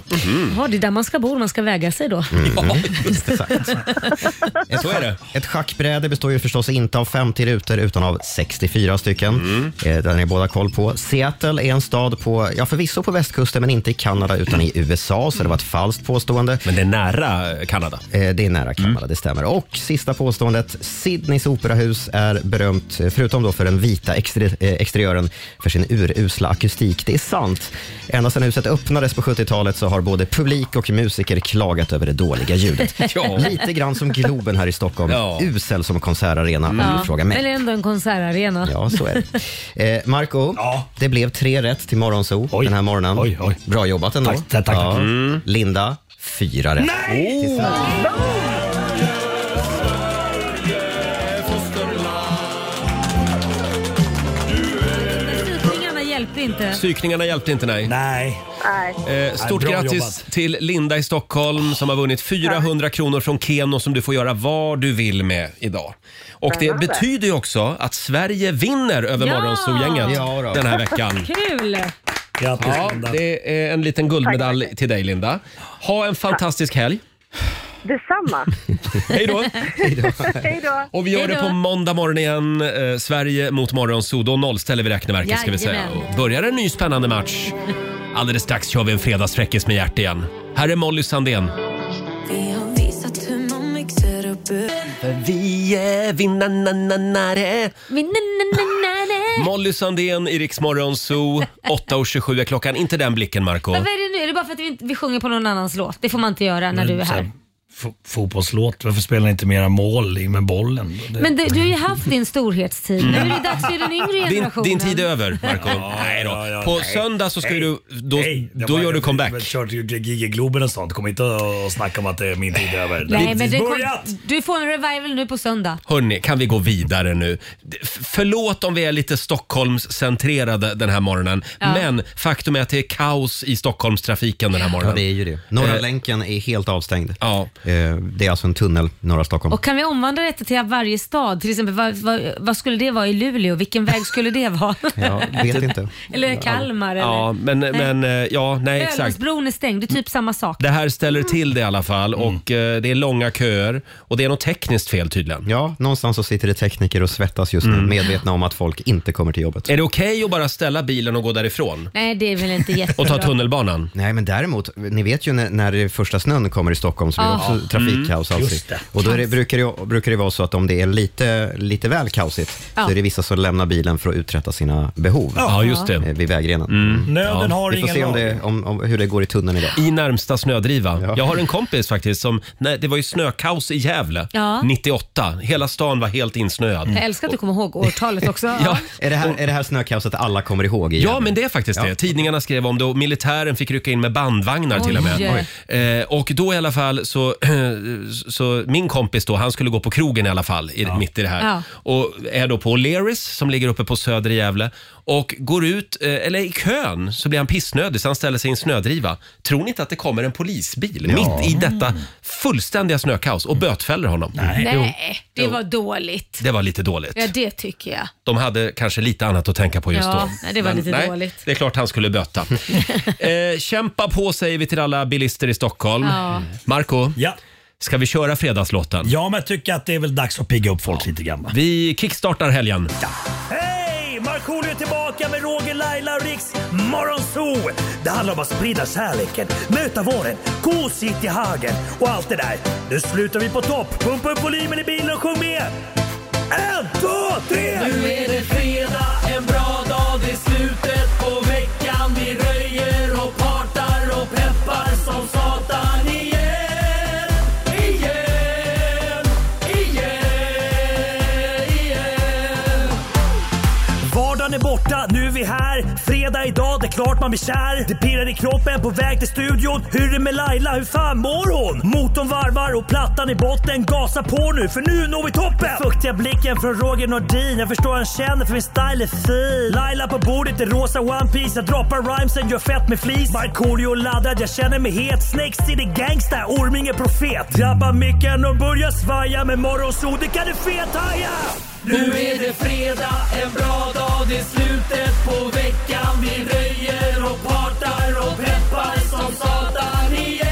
B: Ja, det är där man ska bo, man ska väga sig då.
E: Ett, schack- ett schackbräde består ju förstås inte av 50 rutor utan av 64 stycken. Eh, Den är båda koll på. Seattle är en stad på, ja förvisso på västkusten men inte i Kanada utan i USA så det var ett falskt påstående.
A: Men det är nära Kanada.
C: Mm.
E: Det är Eh, nära Kanada, det stämmer. Och Och sista påståendet. Sydneys operahus är berömt, eh, förutom då för den vita exter- eh, exteriören, för sin urusla akustik. Det är sant. Ända sedan huset öppnades på 70-talet så har både publik och musiker klagat över det dåliga ljudet.
B: Ja.
E: Lite grann som Globen här i Stockholm. Usel som konsertarena, om du frågar mig.
B: Eller ändå en konsertarena.
E: Ja, så är det. Eh, Marco, det blev tre rätt till Morgonzoo den här morgonen. Bra jobbat ändå.
C: Tack, tack, tack.
E: Ja.
C: Mm.
E: Linda, fyra rätt.
B: Tidningarna hjälpte inte.
A: Psykningarna hjälpte inte, nej.
H: Nej.
A: Eh, stort
H: Nej, bra
A: grattis
H: jobbat.
A: till Linda i Stockholm som har vunnit 400 kronor från Keno som du får göra vad du vill med idag. Och det
B: Spännande.
A: betyder ju också att Sverige vinner över
B: Ja!
A: Morgonzoo-gänget
B: Ja, då.
A: den här veckan.
B: Kul!
A: Grattis, ja,
B: Linda.
A: Det är en liten guldmedalj till dig Linda. Ha en fantastisk helg.
D: Detsamma.
A: Hej då!
D: Hej då.
A: Och vi gör
D: Hej
A: det
D: då.
A: på måndag morgon igen. Eh, Sverige mot Morgonzoo. Då nollställer vi räkneverket ska vi säga.
D: Jajamän.
A: Och börjar en ny spännande match. Alldeles strax kör vi en fredagsfräckis med hjärt igen. Här är Molly Sandén.
G: Vi har visat hur man mixar upp
A: Vi är vinnarnanare. Molly Sandén i Rix Morgonzoo. 8.27 är klockan. Inte den blicken Marco.
B: Men vad är det nu? Är det bara för att vi, inte, vi sjunger på någon annans låt? Det får man inte göra när du är här.
H: F- fotbollslåt, varför spelar ni inte mera mål i- med bollen? Det-
B: Men du, du har ju haft din storhetstid. Nu är det dags för den yngre
A: Din,
B: generationen.
A: din tid är över, Marco.
H: Ja,
A: nej då.
H: ja, ja,
A: På
H: nej.
A: söndag så ska
H: Nej,
A: ju du... Då,
H: nej, det
A: då
H: var-
A: gör du comeback.
H: Jag körde ju Gig i Globen och sånt. Kom inte och snacka om att det är min tid över.
B: Nej, men
H: det
B: den
H: börjar-
B: kom, du får en revival nu på söndag.
A: Hörni, kan vi gå vidare nu? D- f- Förlåt om vi är lite Stockholmscentrerade den här morgonen,
B: Ja.
A: men faktum är att det är kaos i Stockholmstrafiken den här morgonen.
E: Ja, det är ju det. Norra
A: Eh,
E: länken är helt avstängd.
A: Ja.
E: Det är alltså en tunnel norra Stockholm.
B: Och kan vi omvandla detta till varje stad? Till exempel, vad, vad, vad skulle det vara i Luleå? Vilken väg skulle det vara?
A: Ja, vet inte.
B: Eller Kalmar?
A: Ja, men,
B: Nej.
A: men eh, ja, nej
B: eller?
A: exakt.
B: Ölmusbron är stängd, det är typ samma sak.
A: Det här ställer till det i alla fall och eh, det är långa köer och det är något tekniskt fel tydligen.
E: Ja, någonstans så sitter det tekniker och svettas just
A: Mm.
E: nu, medvetna om att folk inte kommer till jobbet.
A: Är det okej att bara ställa bilen och gå därifrån?
B: Nej, det är väl inte jättebra.
A: tunnelbanan?
E: Nej, men däremot, ni vet ju när, när första snön kommer i Stockholm så blir det
B: Ja.
E: också trafikkaos
B: Mm,
E: alltid.
B: just det.
E: Och då är det, brukar, det, brukar det vara så att om det är lite, lite väl kaosigt
B: Ja.
E: så är det vissa som lämnar bilen för att uträtta sina behov
A: Ja, just det.
E: eh, vid vägrenen.
A: Nöden har
E: Vi får
A: ingen
E: se om
A: lag.
E: det, om, om, hur det går i tunneln idag.
A: I närmsta snödriva. Jag har en kompis faktiskt som, nej, det var ju snökaos i Gävle
B: Ja.
A: 98. Hela stan var helt insnöad.
B: Jag älskar att du kommer ihåg årtalet också.
E: Är, det här, är det här snökaoset alla kommer ihåg? I
A: Ja, men det är faktiskt det. Tidningarna skrev om det och militären fick rycka in med bandvagnar till och med.
E: Oj.
A: Eh, och då i alla fall så, så min kompis då, han skulle gå på krogen i alla fall, i, mitt i det här.
C: Ja.
A: Och är då på O'Learys som ligger uppe på Söder i Gävle och går ut, eh, eller i kön, så blir han pissnödig så han ställer sig i en snödriva. Tror ni inte att det kommer en polisbil
B: Ja.
A: mitt i detta fullständiga snökaos och bötfäller honom?
B: Nej, det
A: Jo.
B: var dåligt.
A: Det var lite dåligt.
B: Ja, det tycker jag.
A: De hade kanske lite annat att tänka på just
B: Ja,
A: då.
B: nej, det var lite dåligt.
A: Det är klart han skulle böta. eh, kämpa på säger vi till alla bilister i Stockholm.
B: Ja.
A: Marco, ska vi köra fredagslåten?
H: Ja, men jag tycker att det är väl dags att pigga upp folk lite grann. va?
A: Vi kickstartar helgen.
H: Hej! Markoolio är tillbaka med Roger, Laila och Riks Morgonzoo! Det handlar om att sprida kärleken, möta våren, gosigt i hagen och allt det där. Nu slutar vi på topp! Pumpa upp volymen i bilen och sjung med! En, två, tre!
C: Nu är det fredag, en bra dag, det är slutet på veckan. Vi röjer och partar och peppar som satan igen. Igen, igen, igen.
H: Vardagen är borta, nu är vi här. Fredag idag, det är klart man blir kär. Det pirrar i kroppen på väg till studion. Hur är det med Laila, hur fan mår hon? Motorn varvar och plattan i botten. Gasa på nu, för nu når vi toppen! Den fuktiga blicken från Roger Nordin. Jag förstår han känner för min style är fin. Laila på bordet i rosa One Piece Jag droppar rhymesen, gör fett med flis. Markoolio laddad, jag känner mig het. Snake City Gangsta, Orming är profet. Drabbar micken och börjar svaja. Med morgonsol, det kan du fethaja!
C: Nu är det fredag, en bra dag, det är slutet på veckan. Vi röjer och partar och peppar som satan igen.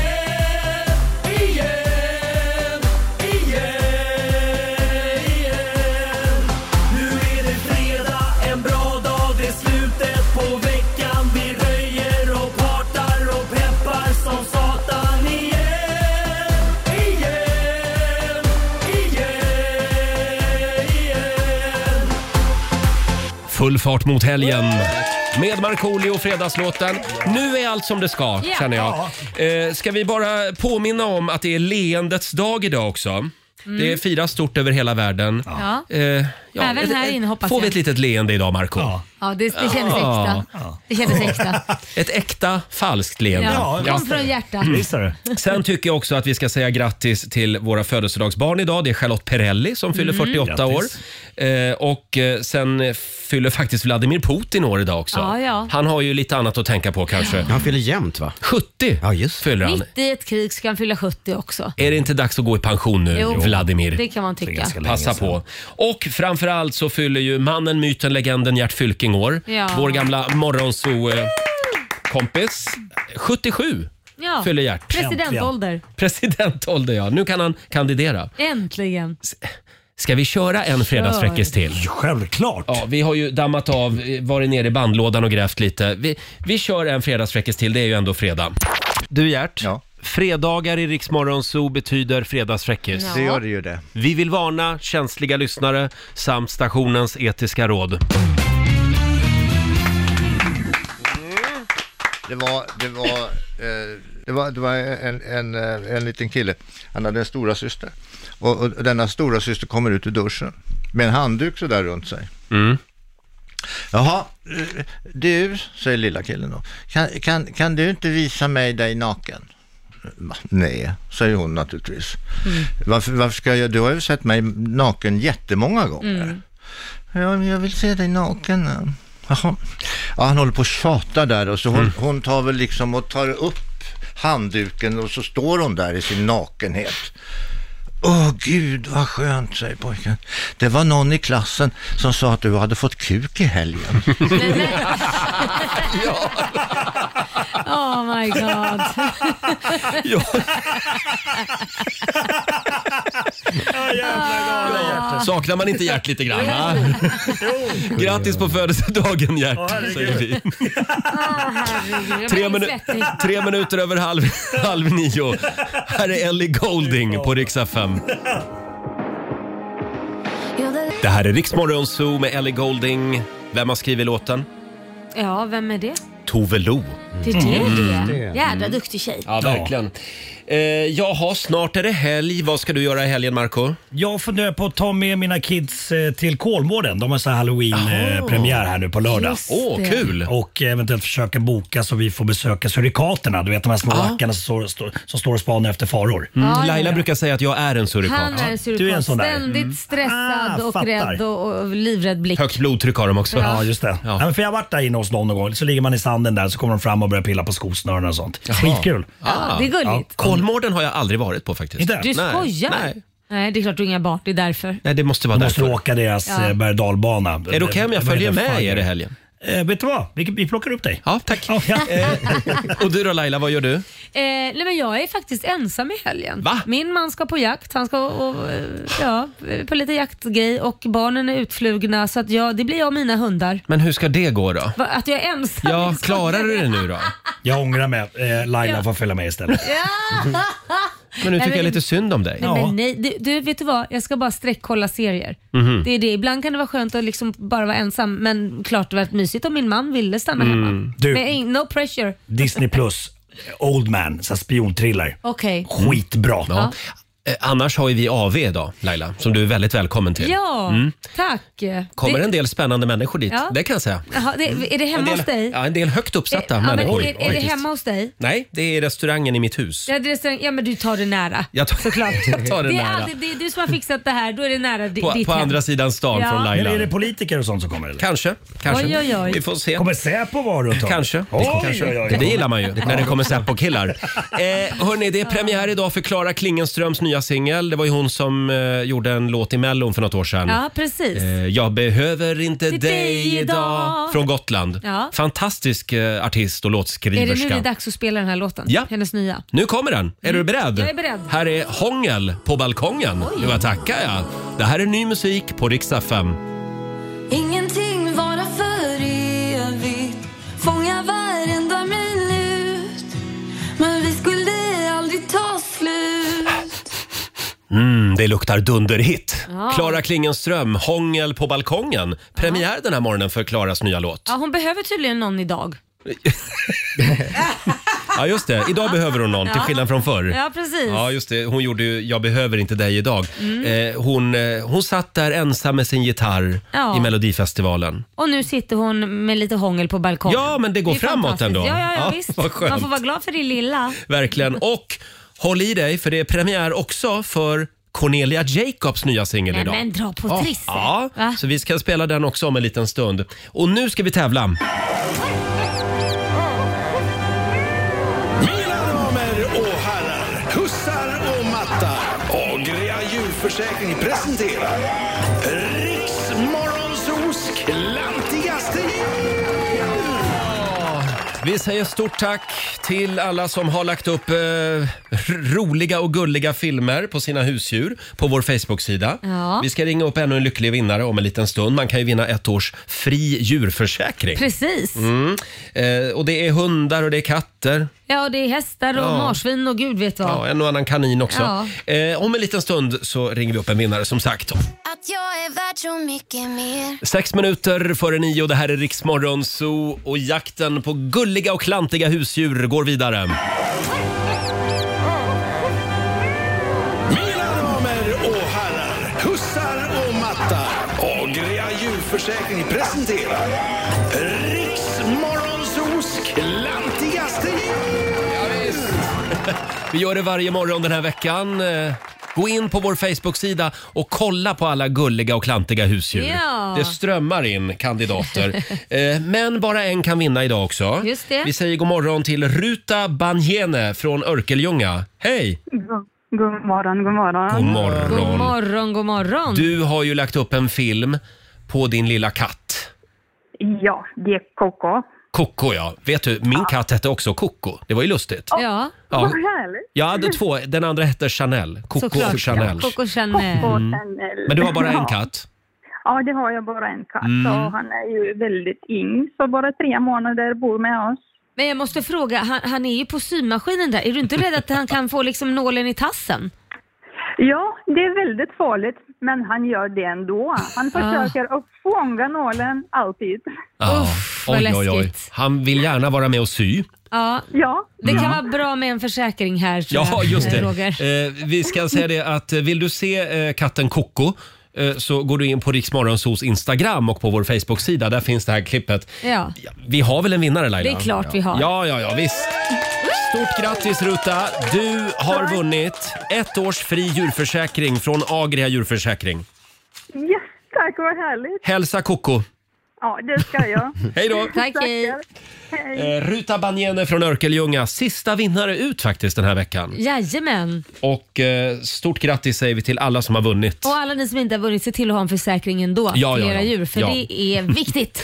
C: Igen, igen, igen. Nu är det fredag, en bra dag, det är slutet på veckan. Vi röjer och partar och peppar som satan igen. Igen, igen.
A: Full fart mot helgen. Med Markoolio och Fredagslåten. Nu är allt som det ska,
C: Ja.
A: känner jag. Eh, ska vi bara påminna om att det är leendets dag idag också.
B: Mm.
A: Det firas stort över hela världen.
B: Ja.
A: Eh, ja, eh,
B: Även här inne hoppas
A: Får vi
B: jag.
A: ett litet leende idag, Marco?
B: Ja, det, det kändes
A: Ja.
B: extra. Det kändes extra.
A: Ett äkta falskt leende.
B: Ja, kom från hjärtat.
A: Mm. Sen tycker jag också att vi ska säga grattis till våra födelsedagsbarn idag. Det är Charlotte Perrelli som fyller
B: Mm.
A: 48 år.
B: Grattis.
A: Eh, och eh, sen fyller faktiskt Vladimir Putin år idag också.
B: Ja, ja.
A: Han har ju lite annat att tänka på kanske. Han fyller jämnt va? 70 ja, just. fyller han.
B: Mitt i ett krig ska han fylla 70 också.
A: Är det inte dags att gå i pension nu,
B: Jo,
A: Vladimir?
B: det kan man tycka. Det är ganska länge
A: Passa
B: sedan.
A: på. Och framförallt så fyller ju mannen, myten, legenden Gert Fylking år.
B: Ja.
A: Vår gamla eh, morgonzoo-kompis. 77
B: Ja.
A: fyller Gert.
B: Presidentålder.
A: Presidentålder, ja. Nu kan han kandidera.
B: Äntligen.
A: Ska vi köra en fredagsfräckis till?
H: Självklart!
A: Ja, vi har ju dammat av, eh, varit nere i bandlådan och grävt lite. Vi, vi kör en fredagsfräckis till, det är ju ändå fredag. Du Gert, fredagar i Riksmorgon Zoo betyder fredagsfräckis.
I: Ja. Det gör det ju det.
A: Vi vill varna känsliga lyssnare samt stationens etiska råd.
I: Det var, det var, eh, det var, det var en, en, eh, en liten kille. Han hade en stora syster. Och, och denna stora syster kommer ut ur duschen med en handduk sådär runt sig.
A: Mm.
I: Jaha, eh, du, säger lilla killen då. Kan, kan, kan du inte visa mig dig naken? Va? Nej, säger hon naturligtvis.
C: Mm.
I: Varför, varför ska jag, du har ju sett mig naken jättemånga gånger.
C: Mm.
I: Ja, men jag vill se dig naken. Jaha. Ja, han håller på och tjatar där och så hon, hon tar väl liksom och tar upp handduken och så står hon där i sin nakenhet. Åh gud vad skönt, säger pojken. Det var någon i klassen som sa att du hade fått kuk i helgen.
B: Oh my god.
A: ja. Saknar man inte Gert lite grann? va? Grattis på födelsedagen Gert, säger vi. Tre, minu- tre minuter över halv, halv nio. Här är Ellie Golding på Rix FM. Det här är Rix Morgon Zoo med Ellie Golding. Vem har skrivit låten?
B: Ja, vem är det?
A: Tove Lo.
B: Det är det
A: Mm.
B: det är. Jädra duktig tjej.
A: Ja, verkligen. Eh, jaha, snart är det helg. Vad ska du göra i helgen, Marco?
H: Jag funderar på att ta med mina kids eh, till Kolmården. De har så här halloween-premiär här nu på lördag.
A: Just Åh, det. kul.
H: Och eventuellt försöka boka så vi får besöka surikaterna. Du vet de här små
A: Ja.
H: rackarna som, står- står- som står och spanar efter faror.
B: Mm, Ja, ja, Laila ja.
A: brukar säga att jag är en
B: Han är en
H: Du är en
B: surikat.
H: sån där.
B: Ständigt stressad
H: Ah,
B: och
H: fattar.
B: rädd och, och livrädd blick.
A: Högt blodtryck har de också.
H: Ja, just det. Ja. men för jag har varit där inne hos någon någon gång. Så ligger man i sanden där så kommer de fram och börjar pilla på skosnören och sånt. Skitkul.
B: Ja, det är gulligt.
A: Kolmården har jag aldrig varit på faktiskt.
H: Inte?
B: Du
H: Ah, Nej.
B: skojar?
H: Nej.
B: Nej. det är klart du har inga barn. Det är därför.
A: Nej, det måste vara
H: Då måste
A: därför.
H: du åka deras eh,
B: Ja.
H: ja. berg och dalbana. Är
A: det okej om jag följer med er i helgen?
H: Eh, vet du vad? Vi, vi plockar upp dig.
A: Ja, tack.
H: ja.
A: Och du då Laila, vad gör du?
B: Eh, nej men jag är faktiskt ensam i helgen.
A: Va?
B: Min man ska på jakt, han ska och, eh, ja, på lite jaktgrej och barnen är utflugna så att jag, det blir jag och mina hundar.
A: Men hur ska det gå då?
B: Va, Att jag är ensam?
A: Ja, klarar du det nu då?
H: Jag ångrar mig. Eh, Laila får följa med istället.
A: Men nu
B: Nej,
A: tycker jag lite synd om dig.
B: Nej, men nej. Du, du, vet du vad? Jag ska bara sträckkolla serier.
A: Mhm.
B: Det är det. Ibland kan det vara skönt att liksom bara vara ensam, men klart det varit mysigt om min man ville stanna
H: Mm.
B: hemma.
H: Du-
B: Men ing- no pressure.
H: Disney plus, Old Man, så här spionthriller.
B: Okej.
H: Skitbra.
A: Ja. Eh, Annars har ju vi AV idag Laila, som du är väldigt välkommen till.
B: Ja,
A: Mm.
B: tack.
A: Kommer
B: det,
A: en del spännande människor dit,
B: Ja.
A: det kan jag säga.
B: Jaha, det, är det
A: en
B: hemma
A: del,
B: hos dig?
A: Ja, en del högt uppsatta
B: Ja, men
A: människor.
B: är, är det
A: faktiskt.
B: hemma hos dig?
A: Nej, det är restaurangen i mitt hus.
B: Ja, det är restaurang- ja men du tar det nära.
A: Jag tar,
B: Såklart.
A: jag tar det,
B: är
A: nära.
B: alltid- det är du som har fixat det här, då är det nära di-
A: På,
B: ditt
A: på
B: hem.
A: andra sidan stan
B: Ja.
A: från Laila.
H: Men är det politiker och sånt som kommer? Eller?
A: Kanske. kanske.
B: Oj, oj, oj.
A: Vi får se.
H: Kommer Säpo vara runt om?
A: Kanske.
H: Oj,
A: det,
H: oj,
A: kanske.
H: oj, oj.
A: det gillar man ju, när det kommer Säpo-killar. Eh, hörni, det är premiär idag för Klara Klingenströms nya singel. Det var ju hon som eh, gjorde en låt i Mellon för något år sedan.
B: Ja, precis.
A: Eh, Jag behöver inte
B: Det är
A: dig
B: dig idag.
A: idag. Från Gotland.
B: Ja.
A: Fantastisk eh, artist och
B: Är det nu
A: låtskriverska.
B: det är dags att spela den här låten?
A: Ja.
B: Hennes nya.
A: Nu kommer den. Är du beredd?
B: Mm. Jag är beredd.
A: Här är Hångel på balkongen. Jo, jag tackar jag. Det här är ny musik på Riksdag 5.
G: Ingenting vara för evigt Fånga varenda minut Men vi skulle aldrig ta slut
A: Mm, det luktar dunderhit.
B: Ja.
A: Klara Klingenström, Hångel på balkongen. Premiär den här morgonen för Klaras nya låt.
B: Ja, hon behöver tydligen någon idag.
A: Ja, just det. Idag behöver hon någon, till
B: Ja.
A: skillnad från förr.
B: Ja, precis.
A: Ja, just det. Hon gjorde ju “Jag behöver inte dig idag”.
B: Mm.
A: Eh, hon, eh, hon satt där ensam med sin gitarr
B: Ja.
A: i Melodifestivalen.
B: Och nu sitter hon med lite hångel på balkongen.
A: Ja, men det går
B: är
A: framåt
B: fantastiskt.
A: ändå.
B: Ja, ja, ja,
A: Ja,
B: visst.
A: vad skönt.
B: Man får vara glad för det lilla.
A: Verkligen.
B: Mm.
A: Och håll i dig, för det är premiär också för Cornelia Jacobs nya singel
B: Nej,
A: idag.
B: men dra på
A: Ja.
B: trissor.
A: Ja,
B: Va?
A: så vi ska spela den också om en liten stund. Och nu ska vi tävla.
M: Mina damer och herrar, hussar och mattar. Agria djurförsäkring presenterar Riksmorgonsos klantigaste
A: Vi säger stort tack till alla som har lagt upp eh, r- roliga och gulliga filmer på sina husdjur på vår Facebook-sida.
B: Ja.
A: Vi ska ringa upp ännu en lycklig vinnare om en liten stund. Man kan ju vinna ett års fri djurförsäkring.
B: Precis.
A: Mm. Eh, och det är hundar och det är katter.
B: Ja, och det är hästar och
A: Ja.
B: marsvin och gud vet vad.
A: Ja, en och annan kanin också.
B: Ja.
A: Eh, om en liten stund så ringer vi upp en vinnare som sagt.
G: Att jag är värd så mycket mer
A: Sex minuter före nio, det här är Riksmorgon Zoo och jakten på gulliga och klantiga husdjur går vidare.
M: Mina damer och herrar, hussar och mattar. Agria djurförsäkring presenterar Riksmorgonsos klantigaste
A: Vi gör det varje morgon den här veckan. Eh, Gå in på vår Facebook-sida och kolla på alla gulliga och klantiga husdjur.
B: Ja.
A: Det strömmar in kandidater. Eh, Men bara en kan vinna idag också.
B: Just det.
A: Vi säger god morgon till Ruta Banjene från Örkelljunga. Hej!
D: God morgon, god morgon.
A: God morgon.
B: God morgon, god morgon.
A: Du har ju lagt upp en film på din lilla katt.
D: Ja, det är Koko.
A: Koko ja. Vet du, min katt hette också Koko. Det var ju lustigt.
B: Ja.
A: Ja.
D: Vad härligt.
A: Jag hade två. Den andra hette Chanel. Koko
B: Såklart.
A: Chanel.
B: Coco Chanel.
A: Mm. Men du har bara en
D: Ja.
A: katt?
D: Ja, det har jag bara en katt
A: Mm.
D: och han är ju väldigt yng, så bara tre månader bor med oss.
B: Men jag måste fråga, han, han är ju på symaskinen där. Är du inte rädd att han kan få liksom nålen i tassen?
D: Ja, det är väldigt farligt, men han gör det ändå. Han försöker att fånga nålen alltid.
A: Ja.
B: vad läskigt.
A: Han vill gärna vara med och sy.
B: Ja.
D: ja.
B: Det kan vara bra med en försäkring här. tror
A: Mm. Ja,
B: jag,
A: just det.
B: Roger.
A: Eh, vi ska säga det att eh, vill du se eh, katten Koko eh, så går du in på Riksmorgonsos Instagram och på vår Facebook-sida. Där finns det här klippet.
B: Ja.
A: Vi har väl en vinnare Laila?
B: Det är klart vi har.
A: Eh, Ja, ja, ja, visst. Stort grattis Ruta! Du har vunnit ett års fri djurförsäkring från Agria djurförsäkring.
D: Yes, tack, vad härligt.
A: Hälsa Koko!
D: Ja, det ska jag.
A: Hej då.
D: Tack, hej.
A: Eh, Ruta Banjene från Örkelljunga, sista vinnare ut faktiskt den här veckan.
B: Jajamän.
A: Och eh, stort grattis säger vi till alla som har vunnit.
B: Och alla ni som inte har vunnit, se till att ha en försäkring ändå.
A: Ja, ja,
B: för era
A: ja.
B: djur, för
A: Ja.
B: det är viktigt.